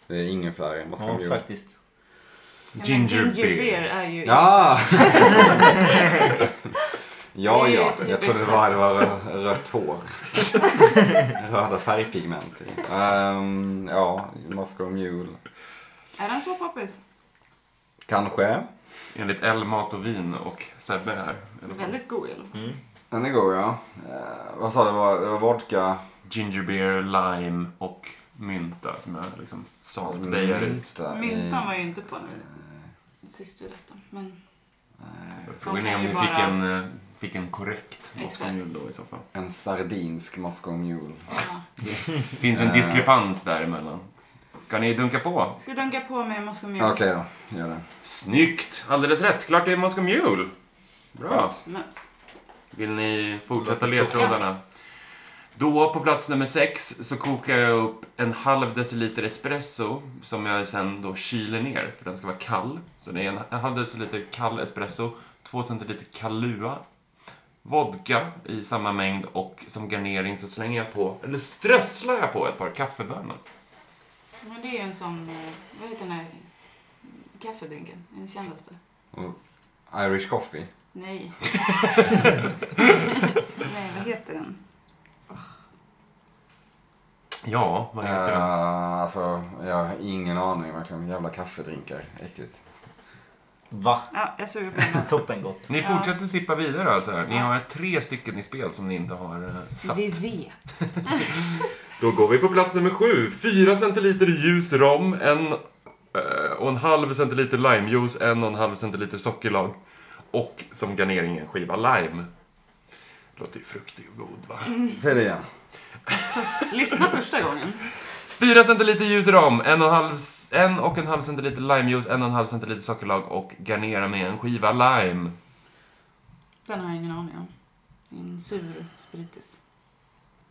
Det är ingen färg. Vad ska
Ja,
man göra?
faktiskt.
Ja, men
Ginger,
ginger
beer.
beer är ju...
Ja! ja,
Det är
ja.
typ
Jag trodde det var, det var rö- rött hår. Röda färgpigment. i. Ehm, ja, Moscow Mule.
Är den så poppis?
Kanske.
Enligt L, mat och vin och Sebbe här. i alla fall.
Väldigt god i alla fall.
Den är god ja. Eh, vad sa du? Det var, det var vodka.
Ginger beer, lime och mynta som jag liksom
Mm.
saltbejar ut.
mynta i-
Myntan var ju inte på när vi... Sist vi rätt dem. Men
eh,
Frågan
De
är
kan
om
ju
ni
bara-
fick en, eh, fick en korrekt
Exakt.
Moscow då i så fall.
En sardinsk Moscow Mule.
ja.
Det finns ju en
Eh.
diskrepans däremellan. Ska ni dunka på?
Ska vi dunka på med Moscow Mule?
Ah, Okej då, gör det.
Snyggt! Alldeles rätt. Klart det är Moscow Mule. Bra.
Mums.
Vill ni fortsätta ledtrådarna? Då på plats nummer sex så kokar jag upp en halv deciliter espresso som jag sen då kyler ner för den ska vara kall. Så det är en, en halv deciliter kall espresso, två centiliter Kahlua, vodka i samma mängd och som garnering så slänger jag på, eller strösslar jag på ett par kaffebönor.
Men det är ju en sån... eh, Vad heter den här kaffedrinken? Den kändaste?
Och Irish coffee.
Nej. Nej, vad heter den?
Ja, vad heter den?
Eh, alltså, jag har ingen aning verkligen. Jävla kaffedrinkar. Äckligt.
Va?
Ja, jag suger på den här.
Toppengott.
Ni
Ja.
fortsätter sippa vidare alltså. här. Ni har tre stycken i spel som ni inte har eh, satt.
Vi vet.
Då går vi på plats nummer sju. Fyra centiliter ljus rom, en eh, och en halv centiliter limejuice, en och en halv centiliter sockerlag och som garnering en skiva lime. Låter ju fruktig och god va?
Säg det igen.
Lyssna första gången.
Fyra centiliter ljus rom, en och en halv, en och en halv centiliter limejuice, en och en halv centiliter sockerlag och garnera med en skiva lime.
Den har jag ingen aning om. En sur spritis.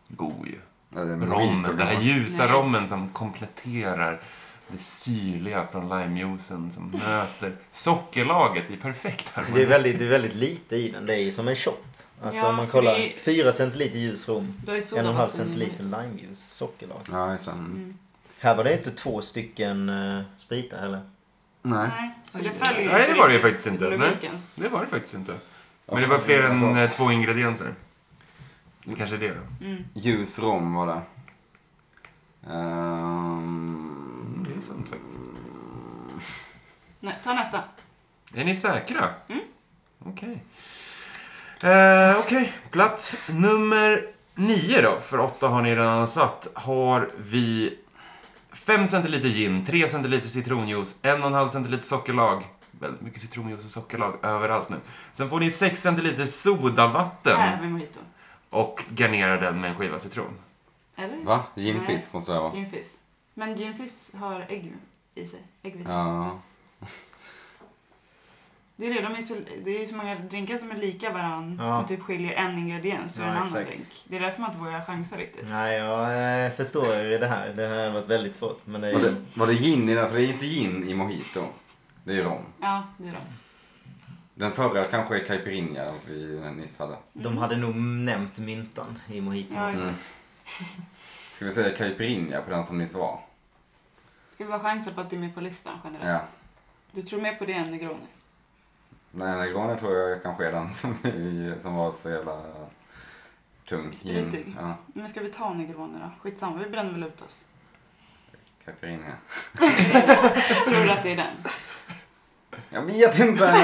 God ju.
Ja, det är
Rom,
mojito,
den här
kanske.
ljusa
Nej.
rommen som kompletterar det syrliga från limejuicen som möter sockerlaget i perfekt
Det är,
harmoni.
väldigt, det är väldigt lite i den. Det är ju som en shot. Alltså
Ja,
om man
för
kollar.
det är-
4 centiliter ljus rom.
Du har ju
1,5
sodavatten i
centiliter
den.
limejuice. Sockerlag.
Ja, just det. Mm.
Här var det inte två stycken uh, sprita heller.
Nej.
Nej, så det följer ju
Nej,
inte
det var det ju
riktigt
faktiskt inte. Nej.
Logiken.
Det var det faktiskt inte. Men det var fler än eh, två ingredienser. Det kanske är det då.
Mm.
Ljus rom var det. Ehm,
Det är sant faktiskt.
Nej, ta nästa.
Är ni säkra?
Mm.
Okej. Eh, Okej, plats nummer nio då, för åtta har ni redan satt, har vi 5 centiliter gin, 3 centiliter citronjuice, 1,5 centiliter sockerlag. Väldigt mycket citronjuice och sockerlag överallt nu. Sen får ni 6 centiliter sodavatten
Här har vi mojito.
och garnera den med en skiva citron.
Eller?
va? Ginfisk måste det vara.
Gin fizz. Men gin fizz har ägg i sig. Äggvita.
Ja.
Det är det, de är så, det är ju så många drinkar som är lika varandra
Ja.
och typ skiljer en ingrediens och
Ja,
en annan
exakt.
drink. Det är därför man inte vågar chansa riktigt.
Nej, jag eh, förstår ju det här. Det här har varit väldigt svårt. Men det är
Var det,
ju...
var det gin i den? För det är inte gin i mojito. Det är rom.
Ja, det är de.
Den förra kanske är caipirinha, alltså vi nyss hade.
De hade nog nämnt myntan i mojiton.
Mm.
Ja,
Mm.
exakt.
Ska vi säga caipirinha på den som nyss var?
Ska vi bara chansa på att det är med på listan generellt?
Ja.
Du tror mer på det än Negroni?
Nej, Negroni tror jag kanske är den som, är- som var så jävla tung.
Spritig.
Ja,
Men ska vi ta Negroni då? Skitsamma, vi bränner väl ut oss.
caipirinha.
tror du att det är den?
Jag vet inte!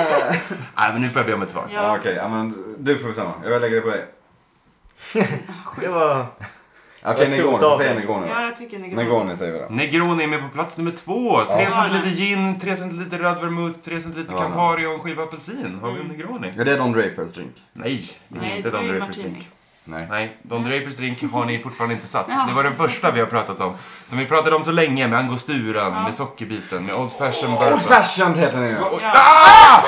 Nej, men nu får jag be om ett svar.
ja,
Ja,
Okej, ja, men du får bestämma. Jag lägger det på dig.
Det var...
Okej,
Vad stort
Negroni.
av
Så säger
dig.
Negroni.
ja jag tycker Negroni.
Negroni säger vi då.
Negroni är med på plats nummer två. 3
Ja.
centiliter gin, 3 centiliter röd vermouth, 3 centiliter
Ja.
Campari och en skiva apelsin. Har vi en
Mm.
Negroni?
Ja, det är Don Drapers drink.
Nej, det är
Nej,
inte
det var
Don
ju
Drapers
martini.
drink.
Nej.
Nej, Don Drapers drink har ni fortfarande inte satt.
Ja.
Det var den första vi har pratat om. Som vi pratade om så länge med angosturan,
Ja.
med sockerbiten, med Old Fashion
Old
Bourbon.
Fashioned heter den ju!
Ja,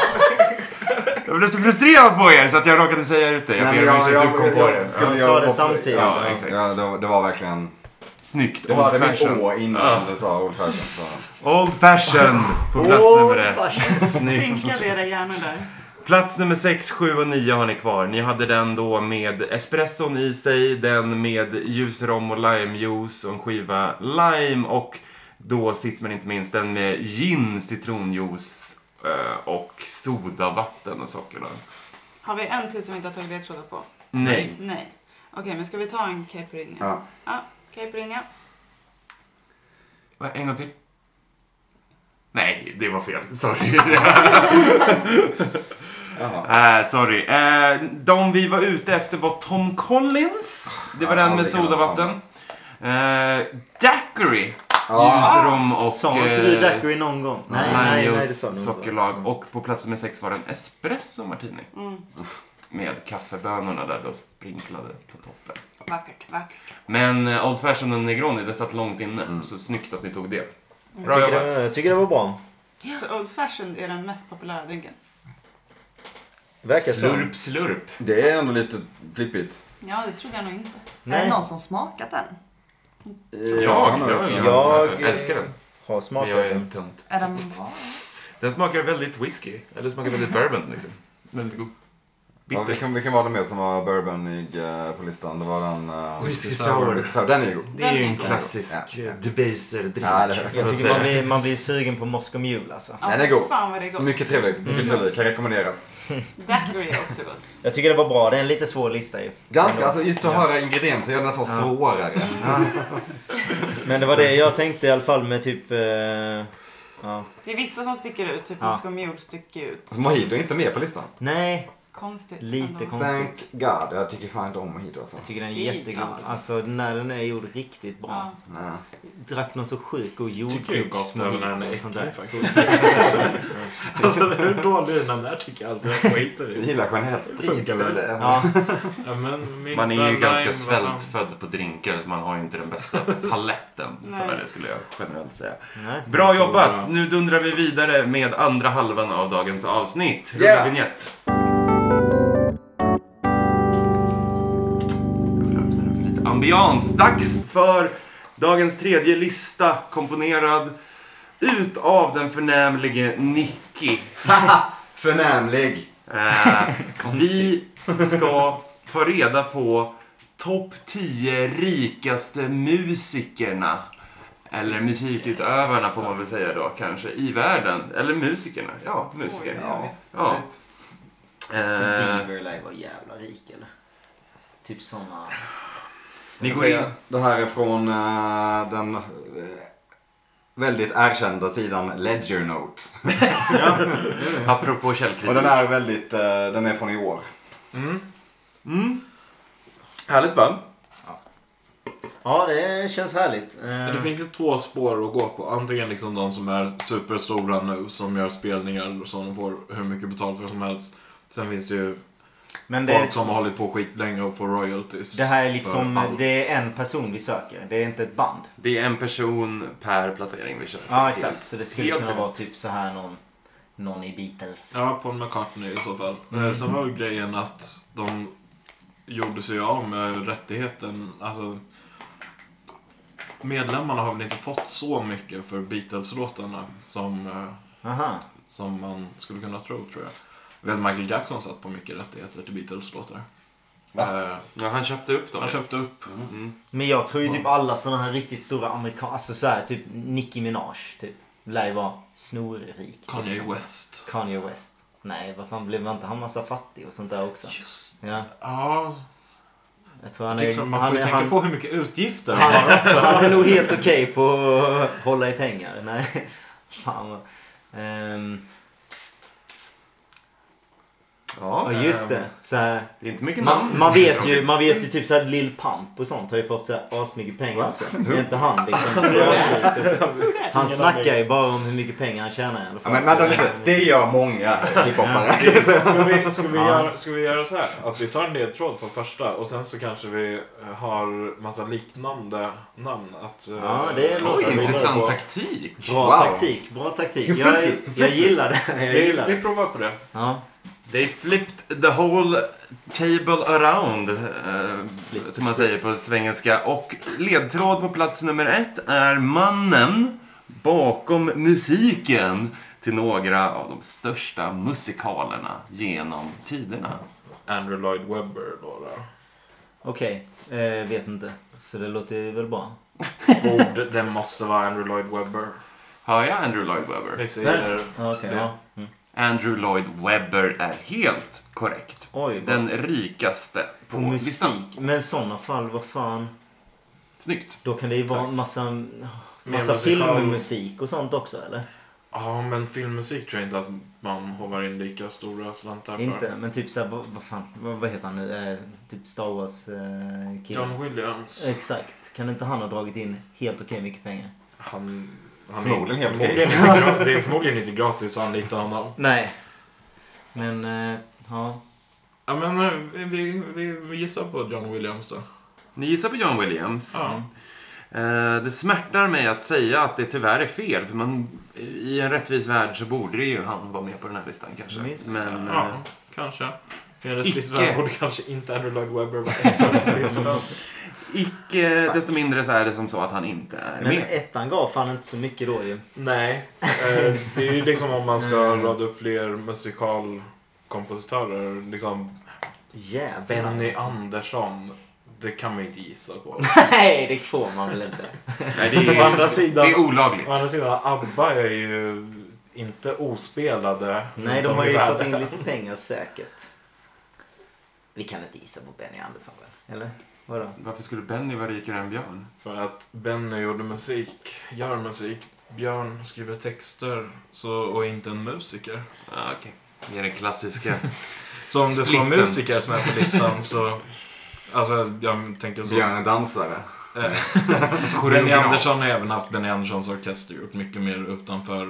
Jag blev så frustrerad på er så att jag råkade säga ut det. Jag ber om ursäkt att du kom på det.
skulle-
Ja.
Han sa det samtidigt.
Ja,
exakt.
exakt. Ja, det, var- det var verkligen...
Snyggt,
Du
Old
hörde mitt
Fashion.
å innan du sa Old Fashioned. Så.
Old Fashion på plats nummer ett. Snyggt.
synkade era hjärnor där.
Plats nummer 6, 7 och 9 har ni kvar. Ni hade den då med espresson i sig, den med ljus rom och limejuice och en skiva lime och då sist men inte minst den med gin, citronjuice eh, och sodavatten och sockerlag.
Har vi en till som vi inte har tagit ledtrådar på?
Nej.
Nej. Okej, men ska vi ta en caipirinha?
Ja.
Ja, caipirinha.
Va, En gång till. Nej, det var fel. Sorry.
Jaha.
Eh, sorry. Eh, de vi var ute efter var Tom Collins. Det var
Ja,
den med
aldrig hela
sodavatten. Eh, Daiquiri.
Ja.
Ljusrom och...
Sa inte du
eh,
daiquiri någon gång? Nej,
lime
nej, nej, det
juice,
sa du inte.
Sockerlag. Och på plats nummer sex var det en espresso martini.
Mm.
Med kaffebönorna där då sprinklade på toppen.
Vackert, vackert.
Men eh, Old Fashioned och Negroni, det satt långt inne. Så snyggt att ni tog det. Mm. Bra
Jag tycker
jobbat.
det- Jag tycker det var bra.
Så Old Fashioned är den mest populära drinken?
Verkar så.
Slurp, slurp.
Det är ändå lite flippigt.
Ja, det trodde jag nog inte.
Är det
Nej,
någon som smakat den?
Jag,
han har
jag,
gjort
jag,
det.
Jag, eh,
älskar den.
har
Men
smakat
jag är
den.
en tönt.
Är den bra?
Den smakar väldigt whisky. Eller smakar väldigt bourbon liksom. Väldigt god.
Ja,
Bitter.
vilken, vilken var det med som var bourbonig eh, på listan? Det var den... eh,
Whiskey sour.
Whiskey sour. Den är ju god.
Det är ju
Den
en
är god.
klassisk
Ja.
eh, debaser-drink.
Ja, det-
så att
Jag tycker
säga.
man blir, man blir sugen på Moscow Mule alltså.
Ja,
Nej, det är
fy
god.
Fan vad det är gott.
Mycket trevlig. Mycket trevlig. Kan rekommenderas.
Daiquiri är också gott.
Jag tycker det var bra. Det är en lite svår lista ju.
Ganska,
Ändå.
alltså just att höra ingredienser gör det nästan svårare.
Men det var det jag tänkte i alla fall med typ eh, Ja.
Det är vissa som sticker ut, typ
Ja.
Moscow Mule sticker ut.
Så Mojito är inte med på listan.
Nej,
Konstigt.
Lite
ändå.
konstigt.
Thank God. Jag tycker fan inte om Mojito alltså.
jag tycker den är
Det är
jättegod.
galet.
Alltså när den är gjord riktigt bra.
Ja.
Nej.
Drack någon så sjuk och
Tycker jag är gott även när den
jordgubbsmojito
är
och sånt där.
äcklig,
Så,
Alltså hur dålig är den där tycker jag alltid är skit
Jag
i.
gillar generellt sprit.
Funkar
det är
väl.
det.
ja,
Ja, men mynta,
Man är ju
lime,
ganska
vad fan.
svältfödd på drinkar så man har ju inte den bästa paletten för
Nej.
det skulle jag generellt säga.
nej.
Bra
bra.
jobbat! Nu dundrar vi vidare med andra halvan av dagens avsnitt. Rulla
Yeah.
vignett. Jag vill öppna den för lite Ambians. Dags för dagens tredje lista komponerad utav den förnämlige Nicky.
Förnämlig.
Eh, vi ska ta reda på topp 10 rikaste musikerna. Eller musikutövarna får man väl säga då kanske, i världen. Eller musikerna, ja musiker.
Oj,
ja.
ja.
Ja.
Justin
Eh,
Bieber lär ju vara jävla rik eller? Typ såna.
ni går in.
Alltså, Det här är från eh, den eh, väldigt erkända sidan Ledger Note.
Apropå
Och
källkritik.
den är väldigt, eh, den är från i år.
Mm. Härligt va?
Ja, det känns härligt. Eh,
Det finns ju två spår att gå på. Antingen liksom de som är superstora nu som gör spelningar och som de får hur mycket betalt för som helst. Sen finns det ju
Men det, liksom-
folk som har hållit på skitlänge och får royalties.
det här är
för
liksom,
allt.
det är en person vi söker. Det är inte ett band.
Det är en person per placering vi kör.
Ja, exakt. Så det skulle
Helt
kunna
rätt.
vara typ så här någon, någon i Beatles.
Ja, Paul McCartney i så fall. Mm. Sen var ju grejen att de gjorde sig av med rättigheten. Alltså, medlemmarna har väl inte fått så mycket för Beatles-låtarna som, eh,
Aha.
som man skulle kunna tro, tror jag. Jag vet Michael Jackson satt på mycket rättigheter till Beatles-låtar.
Va?
Eh,
Ja, han köpte upp dem.
Han köpte upp.
Mm.
Men jag tror ju typ alla sådana här riktigt stora amerikaner, alltså så här typ Nicki Minaj typ. Lär ju vara snorrik. till
Kanye
exempel.
West.
Kanye West. Nej, vad fan blev inte han massa fattig och sånt där också?
Just
Ja,
Ja,
jag tror han
det är
är...
klart, man får ju
är-
tänka på hur mycket utgifter han har.
Han, han är nog helt okej på att hålla i pengar. Nej, fan vad... Ehm,
Ja,
Ja, just
Ehm.
det. Så här,
det är inte mycket namn.
man, man, vet ju, man vet ju typ såhär Lil Pump och sånt har ju fått så här asmycket pengar också. Det är inte han liksom. asrik, liksom. Han snackar ju bara om hur mycket pengar han tjänar i alla
Ja,
fall.
men vänta
Så-
lite, det gör många hiphopare.
Ska vi, ska, vi
Ja.
göra, ska vi göra så här? Att vi tar en ledtråd på första och sen så kanske vi eh, har massa liknande namn att... eh,
Ja, det är-
låta
Oj,
vidare
intressant
på.
taktik.
Bra
Wow.
taktik, bra taktik. Jag, jag gillar det. Jag
Vi,
gillar
vi
det.
provar på det.
Ja.
They flipped the whole table around, eh,
Flipped
som man säger på svengelska. Och ledtråd på plats nummer ett är mannen bakom musiken till några av de största musikalerna genom tiderna.
Andrew Lloyd Webber då. då.
Okej, eh, vet inte. Så det låter ju väl bra.
Borde, det måste vara Andrew Lloyd Webber.
Hör jag Andrew Lloyd Webber?
Vi säger...
Ja, Okej,
Ja.
ja. Mm.
Andrew Lloyd Webber är helt korrekt.
Oj,
Den rikaste på
på musik.
listan.
Men i sådana fall, vad fan.
Snyggt.
Då kan det ju vara en massa,
Mer
massa
musikal.
filmmusik och sånt också eller?
Ja, men filmmusik tror jag inte att man hovar in lika stora slantar för.
Inte, men typ såhär, vad, vad fan, vad, vad heter han nu? Eh, typ Star Wars eh, killen.
John Williams.
Exakt. Kan inte han ha dragit in helt okej mycket pengar?
Han... han
Förmodligen helt okej.
förmodligen inte gra- Det är förmodligen inte gratis att anlita honom.
Nej. Men, eh, ja.
Ja, men eh, vi, vi, vi- vi gissar på John Williams då.
Ni gissar på John Williams.
Mm.
Ja.
Eh, Det smärtar mig att säga att det tyvärr är fel. För man, i en rättvis värld så borde det ju han vara med på den här listan kanske.
Visst.
Men eh,
Ja, kanske. I en rättvis
Icke.
värld borde kanske inte Andrew Lloyd Webber vara
icke desto mindre så är det som så att han inte är
Men
med.
ettan gav fan inte så mycket då ju.
Nej. Eh, det är ju liksom om man ska
Mm.
rada upp fler musikalkompositörer. Liksom
Jävlar.
Benny Andersson. Det kan man ju inte gissa på.
Nej, det får man väl inte.
Nej, det,
Å
är,
andra
det
sidan,
är olagligt.
å andra sidan ABBA är ju inte ospelade.
Nej,
runt
de
om
har
i
ju
världen.
fått in lite pengar säkert. Vi kan inte gissa på Benny Andersson väl? Eller? Vadå?
Varför skulle Benny vara rikare än Björn?
För att Benny gjorde musik, gör musik Björn skriver texter så, och är inte en musiker.
Ah, Okej. Det är den klassiska.
Så om det ska vara
Splitten.
musiker som är på listan så... Alltså, jag tänker så.
Björn är dansare.
Eh, Benny
Koreograf.
Andersson har även haft Benny Anderssons orkester gjort mycket mer utanför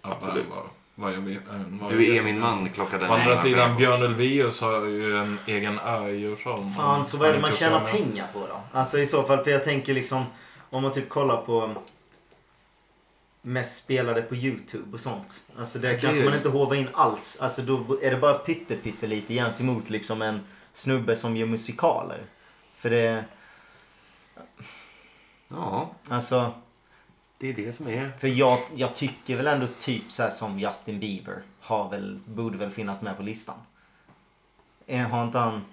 ABBA
Absolut.
än Vad, vad jag vet, än vad jag
Du är
vet.
min man, klockade
Å andra sidan, Björn Ulvaeus har ju en egen ö i Djursholm.
Fan, så vad är det man
tjänar
tjänar pengar på då? Alltså i så fall, för jag tänker liksom om man typ kollar på mest spelade på YouTube och sånt. Alltså där
Det är
kanske
ju-
man inte hovar in alls. Alltså då är det bara pytte pytte lite gentemot liksom en snubbe som gör musikaler. För det,
Ja,
alltså,
det är det som är...
för jag, jag tycker väl ändå typ så här som Justin Bieber har väl, borde väl finnas med på listan. Eh, Har inte han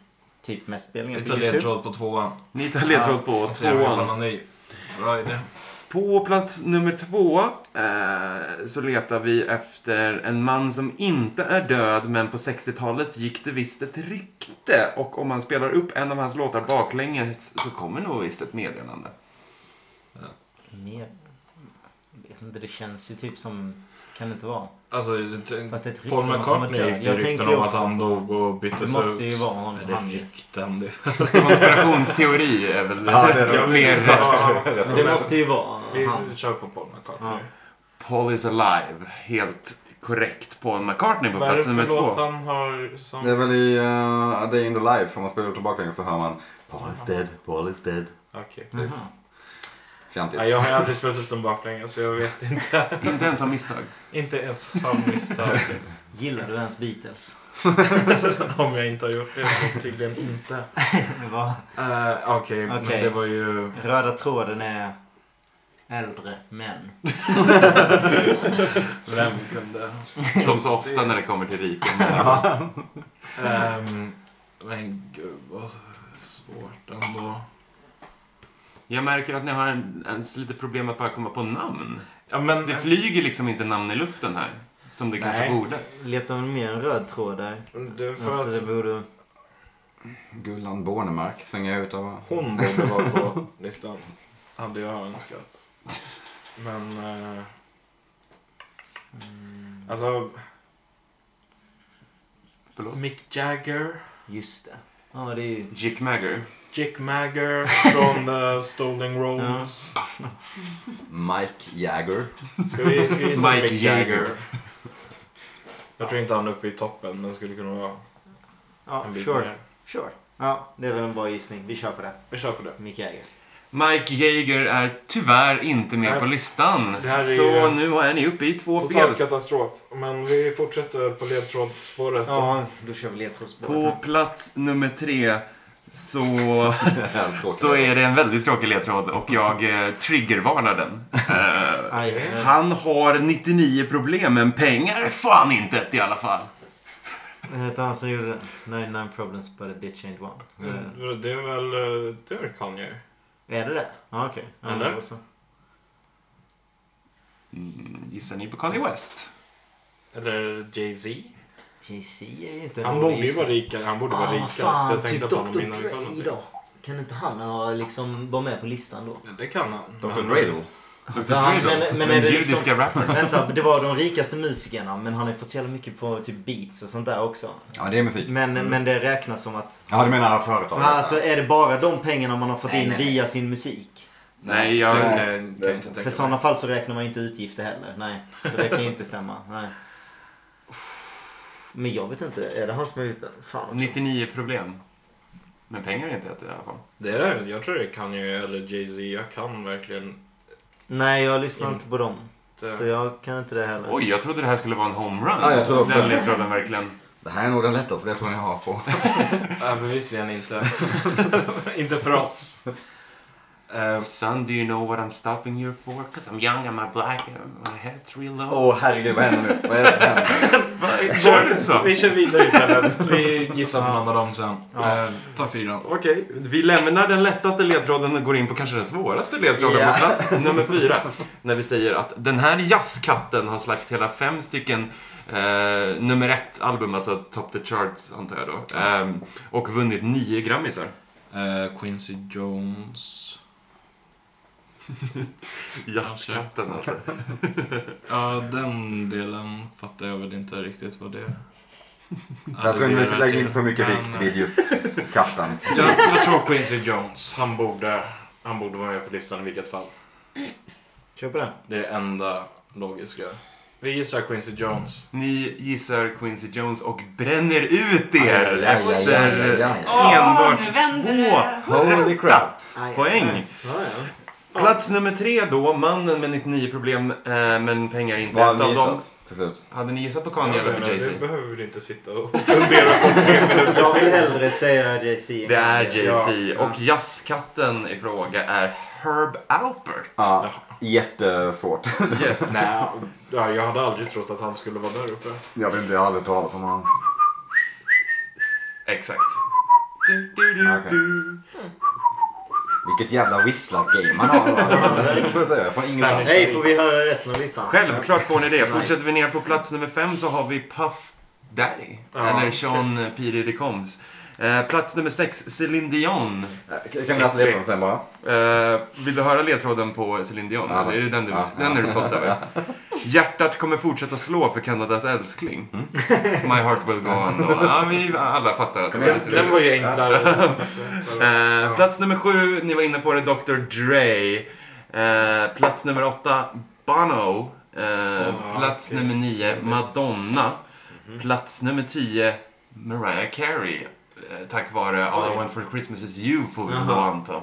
typ mest spelningar
Vi
på
tar
YouTube?
ledtråd på tvåan.
Ni tar ledtråd på
Och ser ifall
tvåan.
han är... Bra idé.
På plats nummer två eh, så letar vi efter en man som inte är död men på 60-talet gick det visst ett rykte. Och om man spelar upp en av hans låtar baklänges så kommer nog visst ett meddelande.
Mer... Jag vet inte, det känns ju typ som... Kan det inte vara?
Alltså, t-
Fast det är ett rykte
Paul
om att han var
McCartney
död.
gick
Jag
det rykten
tänkte
om att
också-
han dog och
Det
byttes
måste ju
ut.
vara honom.
Är
Han,
det rykten? Det
Konspirationsteori är väl mer rätt.
men det måste ju vara
Vi
han.
kör på Paul McCartney.
Ja.
Paul is alive. Helt korrekt. Paul McCartney på
Vad är det
plats nummer
för låt
två.
han har som...
Det är väl i uh, A Day In The Life, om man spelar tillbaka så hör man Paul is dead, Paul is dead.
Okej.
Jaha.
Fjantigt.
Nej, jag har aldrig spelat ut dem baklänges så jag vet inte.
Inte ens av misstag.
inte ens av misstag.
Gillar du ens Beatles?
Om jag inte har gjort det så tydligen inte.
Det var-
Eh, Okej,
Okej.
men det var ju...
Röda tråden är äldre män.
Vem kunde?
Som så ofta när det kommer till riken.
Ehm, men gud vad svårt ändå.
Jag märker att ni har en, en lite problem att bara komma på namn.
Ja, men
Det flyger liksom inte namn i luften här. Som det kanske
Nej.
borde.
Letar väl mer en röd tråd där?
det är
Alltså
för
det
att
borde...
Gullan Bornemark slänger jag ut av.
hon borde vara på listan. Hade jag önskat. Men... eh,
Mm,
alltså,
Förlåt.
Mick Jagger.
Just det. Ja, det är ju...
Jick Magger.
Jack Magger från The Stolen Roads.
Mike Jagger.
Ska vi, ska vi gissa
Mike
Mick
Jagger.
Jagger? Jag tror inte han är uppe i toppen, men skulle kunna vara
Ja,
en bit
sure.
ner.
Sure. Ja, det är väl en bra gissning. Vi kör på det.
Vi kör på det.
Mick Jagger.
Mike Jaeger är tyvärr inte med
Nej.
på listan.
Det här är
Så
ju-
nu är ni uppe i två
Total
fel.
katastrof. Men vi fortsätter på ledtrådsspåret.
Ja, då kör vi ledtrådsspåret.
På plats nummer tre så,
Tråkigt.
så är det en väldigt tråkig ledtråd och jag eh, triggervarnar den. Eh,
Aj, aj, aj.
Han har 99 problem, men pengar är fan inte ett i alla fall.
Vad hette han som gjorde 99 problems but a bitch ain't one? Eh,
Men Det är väl eh, det är väl Kanye?
Är det det? Ja, okej. Ja,
Eller?
det var så.
Mm, gissar ni på Kanye West?
Eller Jay-Z?
JC är ju inte en
Han
dålig
borde ju vara
gissning.
rikare. Han borde vara
Ah,
rikast.
fan,
jag tänkte
typ
på honom
Dr.
innan vi sa
Dre
liksom någonting.
då. Kan inte han ha liksom vara med på listan då?
Det kan han.
Dr.
men-
Dreidel.
Dr. Dre
Ja,
då?
men- men är
Den
det
judiska
liksom-
rapparen.
Vänta, det var de rikaste musikerna men han har ju fått så jävla mycket på typ beats och sånt där också.
Ja, det är musik.
Men,
Mm.
men det räknas som att...
Ja, du menar företaget?
Alltså är det bara de pengarna man har fått
Nej,
in
nej, nej.
via sin musik?
Nej, jag...
Det kan jag kan jag inte tänka
För
mig.
sådana fall så räknar man inte utgifter heller. Nej, så det kan ju inte stämma. Nej. Uff, Men jag vet inte, är det han som har gjort den? Fan också.
99 problem. Men pengar är inte ett i alla fall.
Det är, jag tror det är Kanye eller Jay-Z. Jag kan verkligen
Nej, jag lyssnar inte på dem.
inte.
Så jag kan inte det heller.
Oj, jag trodde det här skulle vara en homerun.
Ja, jag trodde också.
Den ledtråden verkligen.
Det här är nog den lättaste jag tror ni har på.
Nej, bevisligen inte. inte för oss. Eh,
Son, do you know what I'm stopping you for? Cause I'm young, I'm a black, and my head's real low.
Åh herregud, vad händer nu? Vad är det som händer?
Var det inte så?
vi kör vidare istället. Vi gissar på någon av dem sen.
Ja.
Eh, ta fyran.
Okej, vi lämnar den lättaste ledtråden och går in på kanske den svåraste ledtråden
Ja.
på plats nummer fyra. När vi säger att den här jazzkatten har släppt hela fem stycken eh, nummer ett-album, alltså Top the Charts antar jag då. Ehm, och vunnit nio grammisar.
Eh, Quincy Jones.
Jazzkatten alltså.
Ja, den delen fattar jag väl inte riktigt vad det
Jag tror inte vi lägger in så mycket
Men, eh,
vikt vid just katten.
Jag, jag tror Quincy Jones. Han borde, han borde vara med på listan i vilket fall.
Köper det.
Det är det enda logiska. Vi gissar Quincy Jones.
Ni gissar Quincy Jones och bränner ut er
Aj, aj, aj, aj,
efter
aj.
Åh,
enbart
nu vänder
två
det.
Holy crap.
poäng.
Ja, ja.
Plats nummer tre då, mannen med 99 problem eh, men pengar är inte
Vad
ett
har
av
vi
dem.
gissat till slut?
Hade ni gissat på Kanye eller på Jay-Z?
behöver vi inte sitta och fundera på.
Jag vill hellre säga Jay-Z.
Det är Jay-Z. Och jazzkatten i fråga är Herb Alpert.
Ja, jättesvårt.
Yes.
Nej, ja, jag hade aldrig trott att han skulle vara där uppe.
Jag vet inte, jag har aldrig talat om honom.
Exakt. Du, du, du,
Okej.
du.
Vilket jävla whistler-game han har. Det får jag säga, jag får ingenstans.
Hej, får vi höra resten av listan?
Självklart får ni det.
Nice.
Fortsätter vi ner på plats nummer fem så har vi Puff Daddy.
Ja,
eller Sean P. Diddy Combs. Eh, plats nummer sex, Céline Dion.
Kan vi läsa ledtråden sen bara?
Eh, vill du höra ledtråden på Céline Dion?
Ja.
Eller är det den du,
Ja.
den är du stolt över? Hjärtat kommer fortsätta slå för Kanadas älskling. My heart will go on. då. Ja, vi alla fattar att det var lite
Den var ju enklare.
Eh, plats nummer sju, ni var inne på det, Dr. Dre. Eh, plats nummer åtta, Bono. Eh, plats
okej.
nummer nio, Madonna. Plats nummer tio, Mariah Carey. Eh, tack vare All I Want For Christmas Is You, får vi då
Jaha.
anta.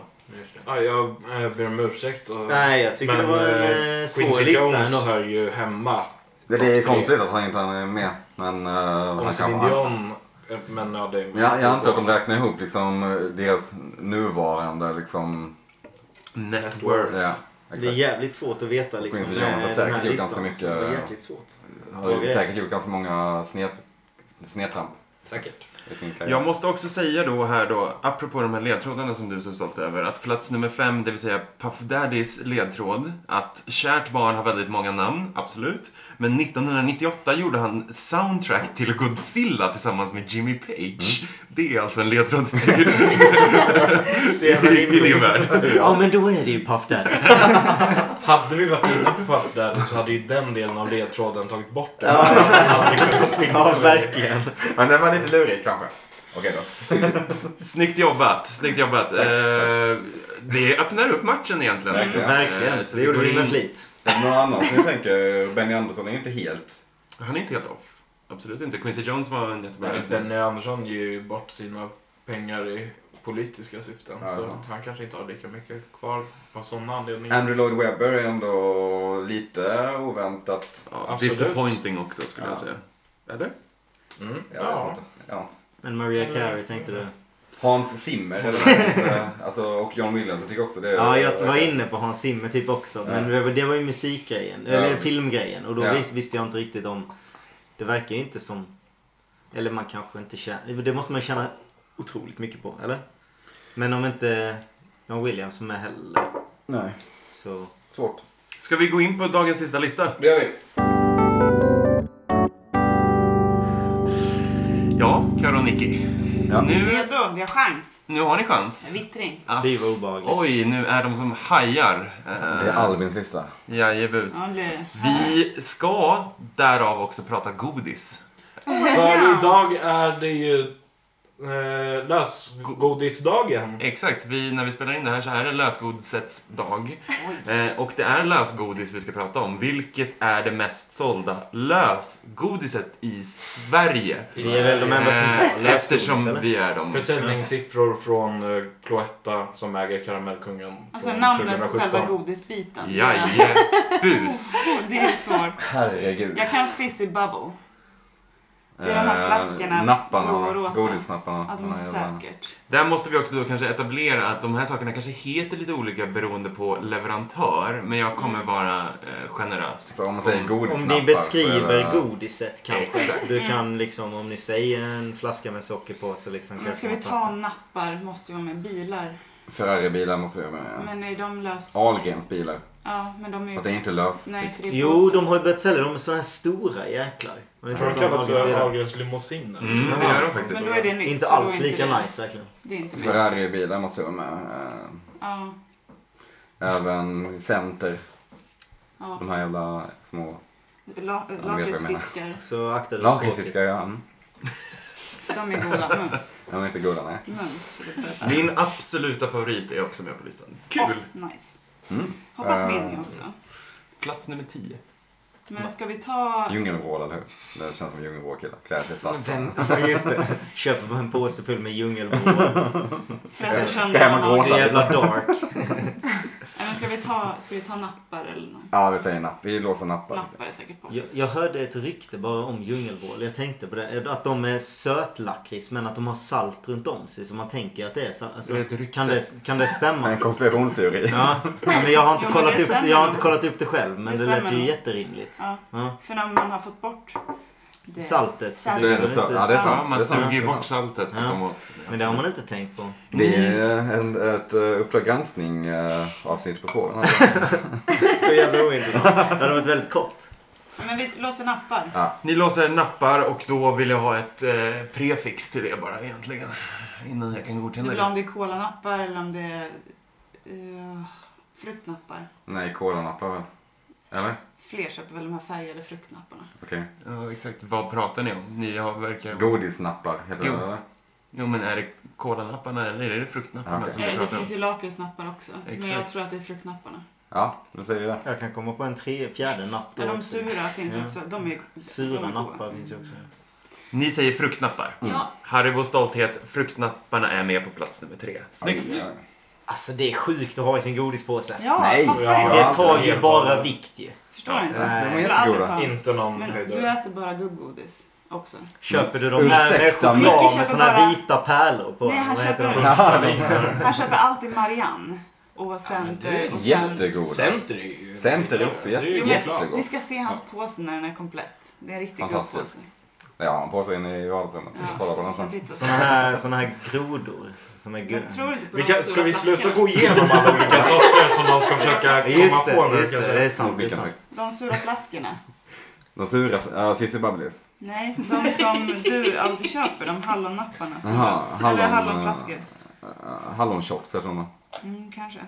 Ja, jag eh, ber om ursäkt. Och...
Nej, jag tycker
Men,
det var en
eh,
eh, svår
Quincy
lista
Jones
ändå.
hör ju hemma.
Det är konstigt att han inte är med. Men eh, han
Om
kan
Céline
vara.
Dion. eh, Men ja, det är...
Men jag, jag antar att de räknar ihop liksom eh, deras nuvarande liksom.
Net
worth.
Ja,
Det är
exakt.
jävligt svårt att veta liksom.
Quincy Jones har
eh,
säkert
den här
gjort
listan.
ganska
Det är
mycket- eh,
jäkligt svårt.
Har ju säkert gjort ganska många sned, snedtramp
Säkert.
i sin
Jag
karriär.
måste också säga då här då, apropå de här ledtrådarna som du är så stolt över, att plats nummer fem, det vill säga Puff Daddys ledtråd, att kärt barn har väldigt många namn, absolut. Men 1998 gjorde han soundtrack till Godzilla tillsammans med Jimmy Page. Det är alltså en ledtråd till,
Se, han
i,
är
i din
rimlig.
värld.
Ja, men då är det ju Puff Daddy.
Hade vi varit inne på Puff Daddy så hade ju den delen av ledtråden tagit bort det.
Ja,
Hade vi kunnat tänka
Ja,
på det.
verkligen.
Men den var lite lurig kanske. Okej då.
Snyggt jobbat, snyggt jobbat. Eh, det öppnar upp matchen egentligen.
Verkligen.
Eh,
Verkligen.
så
Det gjorde
går
vi med
in-
flit.
Någon annan som jag tänker, Benny Andersson är ju inte helt...
Han är inte helt off. Absolut inte. Quincy Jones var en jättebra
Men
gissning.
Benny Andersson ger ju bort sina pengar i politiska syften.
Ja,
så
ja.
han kanske inte har lika mycket kvar av sådana anledningar.
Andrew Lloyd Webber är ändå lite oväntat.
Ja,
Absolut.
disappointing också skulle jag
Ja.
säga. Eller?
Mm.
Jag vet
Ja.
inte. Ja.
Men Maria Carey tänkte du?
Hans Zimmer eller vad det heter. alltså, och John Williams. Jag tycker också det. är-
Ja, jag var inne på Hans Zimmer typ också. Men det var- det var ju musikgrejen.
Ja,
Eller
visst.
filmgrejen. Och då
Ja.
vis- visste jag inte riktigt om... Det verkar ju inte som... Eller man kanske inte känner... Det måste man känna otroligt mycket på, eller? Men om inte John Williams som är heller
Nej,
så...
svårt.
Ska vi gå in på dagens sista lista?
Det gör vi.
Ja, Karo och Nicky.
Ja.
Vi
Nu,
är då, vi har chans.
nu har ni chans.
Vittring.
Ah,
Det var obehagligt.
Oj, nu är de som hajar.
Det är
Eh,
Albins lista.
Jajebus.
Ja, det-
Vi ska därav också prata godis.
För idag är det ju eh, lösgodisdagen.
Exakt, vi, när vi spelar in det här så är det lösgodisets dag. Eh, och det är lösgodis vi ska prata om. Vilket är det mest sålda lösgodiset i Sverige?
Vi är väl de enda som
Eh,
har lösgodis,
Eftersom
eller?
vi är de.
Försäljningssiffror från eh, Cloetta som äger Karamellkungen.
Alltså
från
namnet på
2017.
själva godisbiten. Det
Jajebus.
är- Det är svårt.
Herregud.
Jag kan fizzy bubble. det är de här
Eh,
flaskorna,
Napparna.
blå och rosa.
Godisnapparna.
Ja, de är
Den här jävla-
säkert.
Där måste vi också då kanske etablera att de här sakerna kanske heter lite olika beroende på leverantör, men jag kommer vara eh, generös.
Så om man säger godisnappar. eh,
Om
så
ni
är
beskriver
det-
godiset kanske. Du kan liksom, om ni säger en flaska med socker på så liksom...
Men ska vi
kanske
ta
man
nappar måste ju vara med bilar.
Ferraribilar måste vi ha med.
Men är de lös?
Ahlgrens bilar.
Ja, men de är
Fast det är
ju...
inte löst.
Nej, för det är
Jo, de har ju börjat sälja dem med såna här stora jäklar. Har ni
De
sett dem?
kallas för
Ahlgrens bilar?
Ahlgrens limousiner.
Mm, det gör de faktiskt.
Men då är det nytt.
Inte
så då är
alls lika
det-
nice verkligen.
Det är inte mycket.
Ferraribilar måste vi ha med. Eh,
Ja.
Även Center.
Ja.
De här jävla små
La-
jag
Lakritsfiskar,
Så akta dig för
lakritsfiskar.
språket.
Ja. Mm.
de är goda. Mums.
De är inte goda, nej.
Mums. för det börjar-
Min absoluta favorit är också med på listan. Kul!
Åh, nice.
Mm.
Hoppas
Eh,
min är också.
Plats nummer 10.
Men ska vi ta...
Djungelvrål, eller hur? Det känns som djungelvråkillar. Klär sig i svart.
Vem? Ja, just det. Köper man en påse full med djungelvrål.
Ska,
ska jag hem och
Så jävla dark.
men ska, vi ta, ska vi ta nappar eller något?
Ja, vi säger napp. Vi låser nappar.
Nappar är säkert
Jag,
poppis.
jag hörde ett rykte bara om djungelvrål. Jag tänkte på det. Att de är sötlakrits men att de har salt runt om sig. Så man tänker att det är salt. Alltså,
Det är ett rykte.
kan, det, kan det stämma?
En konspirationsteori.
Ja, men jag har inte,
Jo, men
kollat,
det
upp, jag
stämmer.
har inte kollat upp det själv. Men
Det
det, lät
stämmer
ju
nog.
jätterimligt.
Ja.
Ja.
För när man har fått bort det.
Saltet. så
Salt.
Så
Det
är
är
det
behöver
så.
inte-
Ja, det är sant.
Ja, man
Det är sant.
suger ju bort saltet och
Ja.
kommer åt.
Men det har man inte tänkt på.
Det är en, ett eh, Uppdrag granskning eh, avsnitt på spåren. alltså.
Så jävla ointressant. Det hade varit väldigt kort.
Men vi låser nappar.
Ni låser nappar och då vill jag ha ett eh, prefix till det bara egentligen. Innan jag kan
Du
godkänna
vill ha om
det.
det är kolanappar eller om det är eh, fruktnappar.
Nej, kolanappar väl? Eller?
Fler köper väl de här färgade fruktnapparna.
Okej.
Ja, exakt. Vad pratar ni om? Ni har verkar...
Godisnappar heter
Jo.
det eller?
Jo, men är det kolanapparna eller är det fruktnapparna
Ja, okej.
som vi
Eh, det
pratar om?
finns ju lakritsnappar också. Men jag
Exakt.
tror att det är fruktnapparna.
Ja, då säger vi det.
Jag kan komma på en tre, fjärde napp då
Ja, de
också.
sura finns
Ja.
också. De är de
Sura
är goda.
nappar finns ju också.
Ni säger fruktnappar.
Ja,
Haribo stolthet, fruktnapparna är med på plats nummer tre. Snyggt!
Aj,
Alltså det är sjukt att ha i sin godispåse.
ja
Nej.
fattar
Ja.
jag.
Det tar ju
Helt
bara
galet.
vikt ju.
Förstår inte.
Nej, de
Jag
är
skulle aldrig
jättegoda.
ta dem.
Inte någon
Men du
höjdare.
äter bara gubbgodis också.
Köper du de här med
Ursäkta, men-
choklad
Micke
med
köper
såna
bara-
vita pärlor på?
Nej, han
Vad heter
köper-
de?
Han köper alltid Marianne. Och Center. och sen-
Jättegoda.
Center är ju...
Center är också
Det är ju
jätte-
Jo,
jätte-
men, ni
jättegott.
ska se hans påse när den är komplett. Det är en riktig
Fantastiskt.
gubbpåse.
Ja, han på sig inne i vardagsrummet.
Ja.
Kolla på den sen.
Titta.
Såna här, såna här grodor. Som är
Men tror
guld.
du inte på
Vi
de
kan,
stora
ska vi sluta
flaskorna?
gå igenom alla olika sorter som de ska försöka komma
Just
på
det,
nu
just det.
kanske?
Det är sant. Det är
Vilken
sant.
fakt.
De sura flaskorna?
De sura, ja, finns det Bubblies?
Nej, de som du alltid köper. De hallonnapparna. sura.
Jaha, hallon- eh,
Eller hallonflaskor.
Uh, Hallonshots heter de va?
Mm, kanske.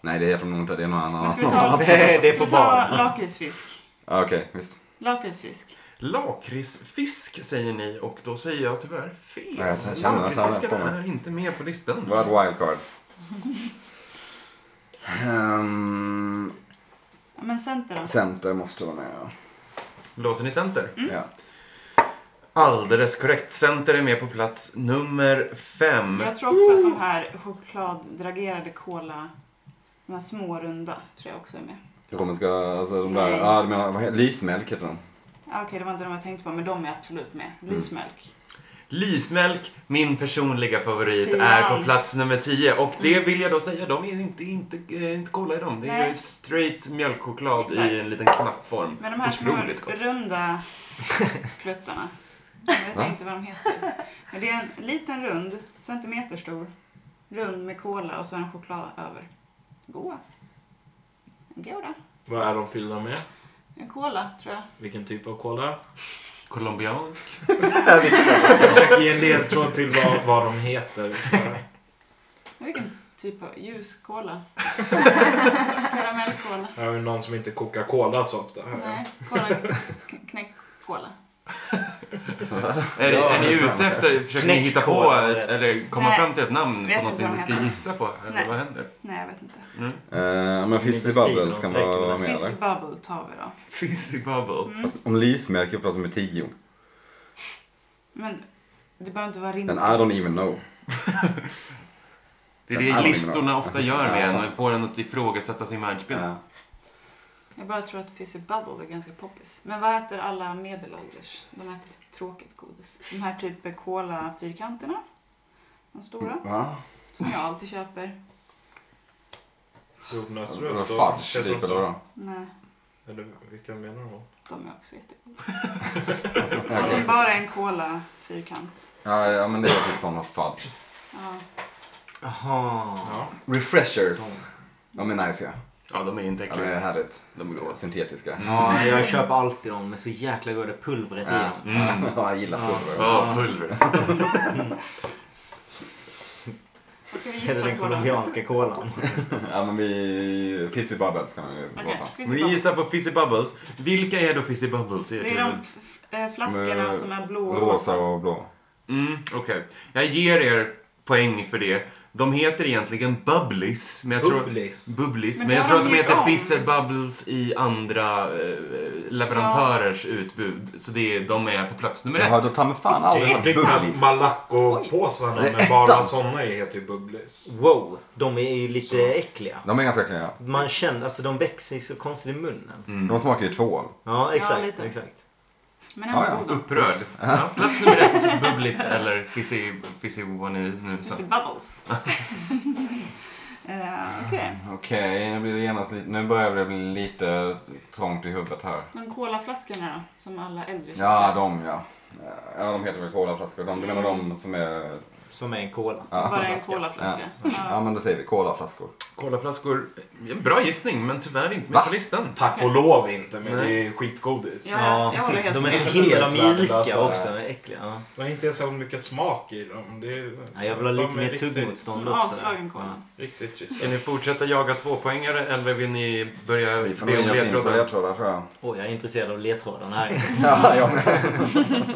Nej, det heter de nog inte. Det är någon annan.
Men ska vi ta,
Det- det är på
ska vi ta
barn.
lakritsfisk?
Ja, Okej, visst.
Lakritsfisk.
Lakritsfisk säger ni och då säger jag tyvärr fel.
Ja, jag känner att jag har lärt på mig.
Lakritsfiskarna är inte med på listan.
Vad är ett wildcard? Ehm,
Ja, men center då?
center måste vara med ja.
Låser ni center?
Mm.
ja.
Alldeles korrekt. Center är med på plats nummer fem.
Mm.
Jag tror också att de här chokladdragerade kola, de här små runda, tror jag också är med.
Romerska, alltså de där,
Nej.
ja du menar, vad heter Lysmjölk heter de.
Ja, Ah, Okej, det var inte de jag tänkte på, men de är absolut med.
Mm.
Lysmjölk.
Lysmjölk, min personliga favorit,
Tian.
är på plats nummer 10. Och det vill jag då säga, de är inte, inte, eh, inte kolla i dem. Det är
Mm. Nej.
straight mjölkchoklad
Exakt.
i en liten knappform.
Men de här små
Otroligt gott.
runda kluttarna. Jag vet inte vad de heter. Men det är en liten rund, centimeter stor, rund med kola och så en choklad över. Goa. Goda.
Vad är de fyllda med?
En cola, tror jag.
Vilken typ av cola?
Colombiansk.
Jag försöker ge en ledtråd till vad, vad de heter.
Vilken typ av ljus cola? Karamellkola?
Det är ju någon som inte kokar cola så ofta.
Nej, kola, k- knäckkola.
Är,
Ja,
är ni ute efter, försöker ni hitta på
Knäckkola var
ett-
rätt.
eller komma
Nej.
fram till ett namn
Vet
på något
inte
ni
vad
inte ska
de heter.
gissa på? Eller
Nej.
vad händer?
Nej, jag vet inte.
Mm.
Eh, men Fizzy
beskriva
Bubbles
dem,
kan
säkert.
vara med
Fizzy
eller?
bubble tar vi då.
Fizzy bubble.
Fast Om Lysmjölk är på plats nummer
Mm.
10.
Men det behöver inte vara rimligt.
Den I don't even know.
Det är
Den här
det
var ju
listorna
bra.
ofta gör med en
Ja.
och får en att ifrågasätta sin världsbild.
Ja.
Jag bara tror att Fizzy bubble är ganska poppis. Men vad äter alla medelålders? De äter så tråkigt godis. De här typ cola-fyrkanterna. De stora.
Va?
Som jag alltid köper.
Jordnötsrulle.
Vad Fudge typ eller vadå?
Nej,
Eller vilka menar du?
de är också jättegoda. De som bara är en cola-fyrkant.
Ja, ja men det är typ sådana fudge.
Ja.
Jaha.
Refreshers. De är nice ja.
Ja, de är inte
Ja, det är
äckliga.
härligt.
De är goda.
Syntetiska.
Ja, jag köper alltid dem med så jäkla goda pulvret i
Ja,
dem.
Mm. Ja, jag gillar pulver.
Ja, pulvret.
Ska vi
Eller
gissa
den
på dem?
colombianska kolan.
Ja men vi... Fizzy Bubbles kan man ju
Okej,
låsa.
fizzy
Vi
bubbles.
gissar på Fizzy Bubbles. Vilka är då Fizzy Bubbles?
Det är de f- eh, flaskorna
typ Med
som är blå och
Rosa och blå.
Mm, Okej, jag ger er poäng för det. De heter egentligen Bubblies. Men jag tror,
Bubblies.
Bubblies,
Men
men,
det
jag
har
tror att
de
de
gjort
heter
om.
Fizzer Bubbles i andra eh, leverantörers utbud. Så det är, de är på plats nummer
Jag har
ett.
då ta mig fan aldrig haft Bubblies.
Malaco-påsarna med bara såna i heter
typ
ju Bubblis.
Wow, de är ju lite äckliga.
De är ganska äckliga.
Man känner, alltså de växer ju så konstigt i munnen.
De smakar ju tvål.
Ja,
Ja,
exakt.
lite.
exakt.
Men ändå
Ja, ja.
goda.
Upprörd. Ja, plats nummer ett, Bubblies eller Fizzy, fizzy vad ni nu sa.
Fizzy bubbles. eh, Okej,
Okej, nu blir det genast lite... Nu börjar det bli lite trångt i huvudet här.
men colaflaskorna då? Som alla äldre
Ja, de ja. Ja, de heter väl colaflaskor. De, du menar de som är...
Som är en kola.
Ja.
Bara en colaflaska.
Ja, men då säger vi colaflaskor.
Colaflaskor. En bra gissning, men tyvärr inte
Va?
med på listan.
Tack och lov inte, men det är skitgodis.
Ja, jag- jag håller helt
de är
med.
så himla mjuka
Värdelösa.
också. de är Äckliga. Ja.
Det var inte ens så mycket smak i dem. Det är,
Ja, jag vill ha
de
lite
är
mer
riktigt-
tuggmotstånd
Som
också.
avslagen kola.
Riktigt
Ska
trista.
ni fortsätta jaga tvåpoängare eller vill ni börja
Vi får
be
nog
om
ge oss in på
ledtrådar?
ledtrådar tror jag.
Åh, jag är intresserad av ledtrådarna här.
Ja, jag med.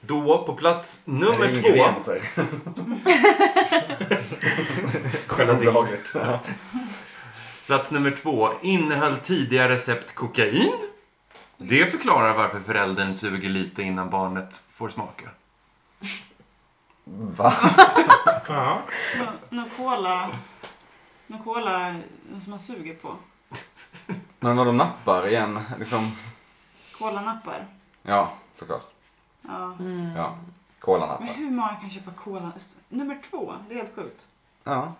Då på plats
Det är
nummer två.
ingredienser.
Självdraget.
Plats nummer två innehöll tidigare recept
Mm.
kokain. Det förklarar varför föräldern suger lite innan barnet får smaka.
Va?
Ja.
Nå- Någon cola... Någon cola som man suger på.
Men vad de nappar igen, liksom.
Colanappar.
Ja, såklart.
Ja.
Mm.
Ja. Colanappar.
Men hur många kan köpa cola? S- Nummer två, det är helt sjukt.
Ja.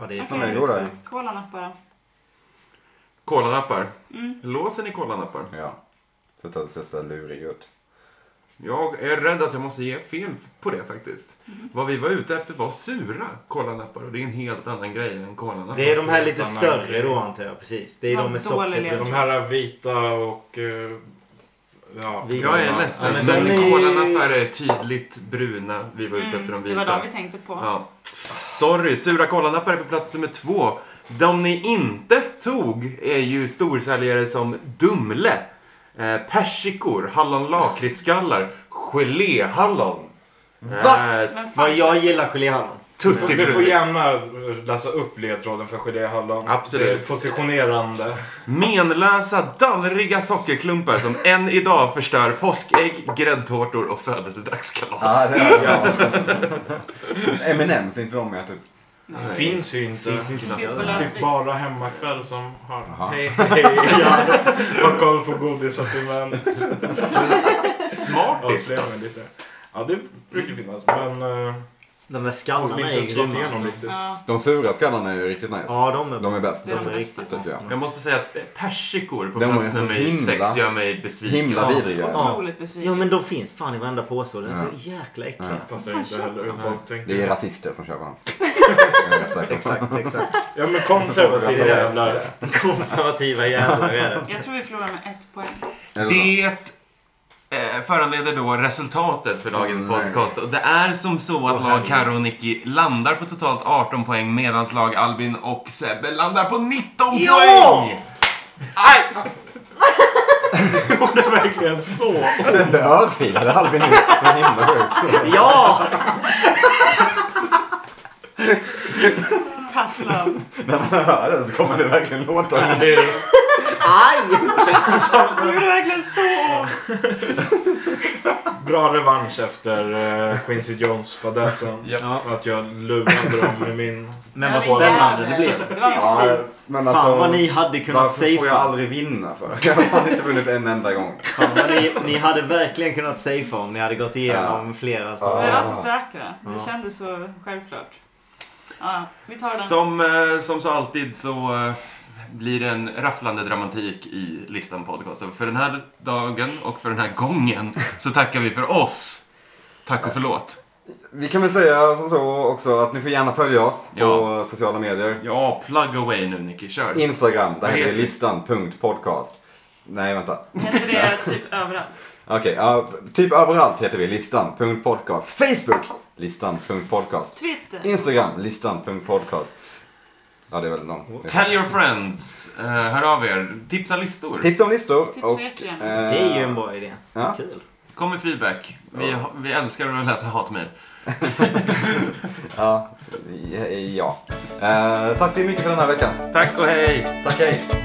Ja, det är
Okej.
fan väldigt
Goda.
sjukt.
Colanappar.
Kolanappar.
Mm.
Låser ni kolanappar?
Ja. Sluta att se så lurig ut.
Jag är rädd att jag måste ge fel på det faktiskt.
Mm.
Vad vi var ute efter var sura kolanappar och det är en helt annan grej än kolanappar.
Det är de här lite
Annan
större
grej.
då antar jag. Precis. Det är
Vad
de med
dålig
sockret.
ledtråd.
De här är vita och... eh, Ja.
Vi-
Jag är
Ja,
ledsen,
men
men
de är-
kolanappar är tydligt bruna. Vi var ute
Mm,
efter de
det
vita.
var de vi tänkte på.
Ja. Sorry, sura kolanappar är på plats nummer två. De ni inte tog är ju storsäljare som Dumle, eh, persikor, hallonlakritsskallar, geléhallon. Va? Eh,
Men fan,
Vad jag gillar geléhallon.
Du får
Tuttifrutti.
gärna läsa upp ledtråden för geléhallon.
Absolut.
Det är positionerande.
Menlösa, dallriga sockerklumpar som än idag förstör påskägg, gräddtårtor och födelsedagskalas.
Ja, det är jag. M&M's inte de med typ.
Det finns ju inte.
Finns inte
det sitter på
Det är
lösvikt.
typ bara hemmakväll som har
Jaha.
hej hej ja, har koll på godissortiment.
Smartis då.
Avslöjar lite. Ja, det brukar finnas. Men eh,
De där
jag har
skallarna är
inte
ju
slått
grymma.
igenom
Alltså.
riktigt.
Ja,
De sura skallarna är ju riktigt nice.
Ja, de är
De är bäst.
Det är de bästa.
Tycker jag.
Jag måste säga att eh, persikor på
De är
plats
så
nummer
himla-
sex gör mig besviken.
Himla vidriga.
Ja.
otroligt besviken.
Ja, men de finns fan i varenda påse och de är så jäkla äckliga.
Jag fattar inte heller hur folk tänker.
Det är rasister som köper dem. Jag är rätt säker på.
Exakt, exakt.
Ja men konservativa
Det är det.
jävlar.
Konservativa jävlar är det.
Jag tror vi förlorar med ett poäng.
Är det så?
Det eh, föranleder då resultatet för dagens
Mm, nej.
podcast. Och det är som så att lag Karo och Nicky landar på totalt 18 poäng medan lag Albin och Sebbe landar på 19
Ja!
poäng! Aj!
Det är verkligen så.
Sebbe örfilade Albin nyss. Så himla sjukt.
Ja!
Tough love.
När man hör den så kommer det verkligen låta.
Det är
Aj!
Nu är det verkligen så!
bra revansch efter eh, Quincy Jones-fadäsen.
Ja.
Att jag lurade dem med min...
Men vad spännande det blev.
Det var
Ja,
fint.
men alltså,
Fan vad ni hade kunnat
varför får jag
safea.
aldrig vinna för? Jag har fan inte vunnit en enda gång.
Fan vad ni, ni hade verkligen kunnat safea om ni hade gått igenom flera
Vi
alternativ.
var så säkra. Det kändes så självklart. Ja, vi tar den.
Som, eh, som så alltid så eh, blir det en rafflande dramatik i listan podcast. Och för den här dagen och för den här gången så tackar vi för oss. Tack och förlåt.
Vi kan väl säga som så också att ni får gärna följa oss
Ja.
på sociala medier.
Ja, plug away nu Nicky, kör.
Instagram, där
Vad
heter
heter
vi listan.podcast. Nej, vänta.
Heter det typ överallt?
Okej, ja, typ överallt heter vi listan.podcast. Facebook! Listan.podcast.
Twitter?
Instagram, listan.podcast. Ja, det är väl någon.
Tell your friends. Eh, hör av er. Tipsa listor.
Tips om listor.
Tipsa jättegärna.
eh,
Det är ju en bra idé.
Ja.
Kul.
Kom med feedback. Vi, ha- vi älskar att läsa hatmejl.
Ja. ja. Eh, tack så mycket för den här veckan.
Tack och hej!
Tack, hej.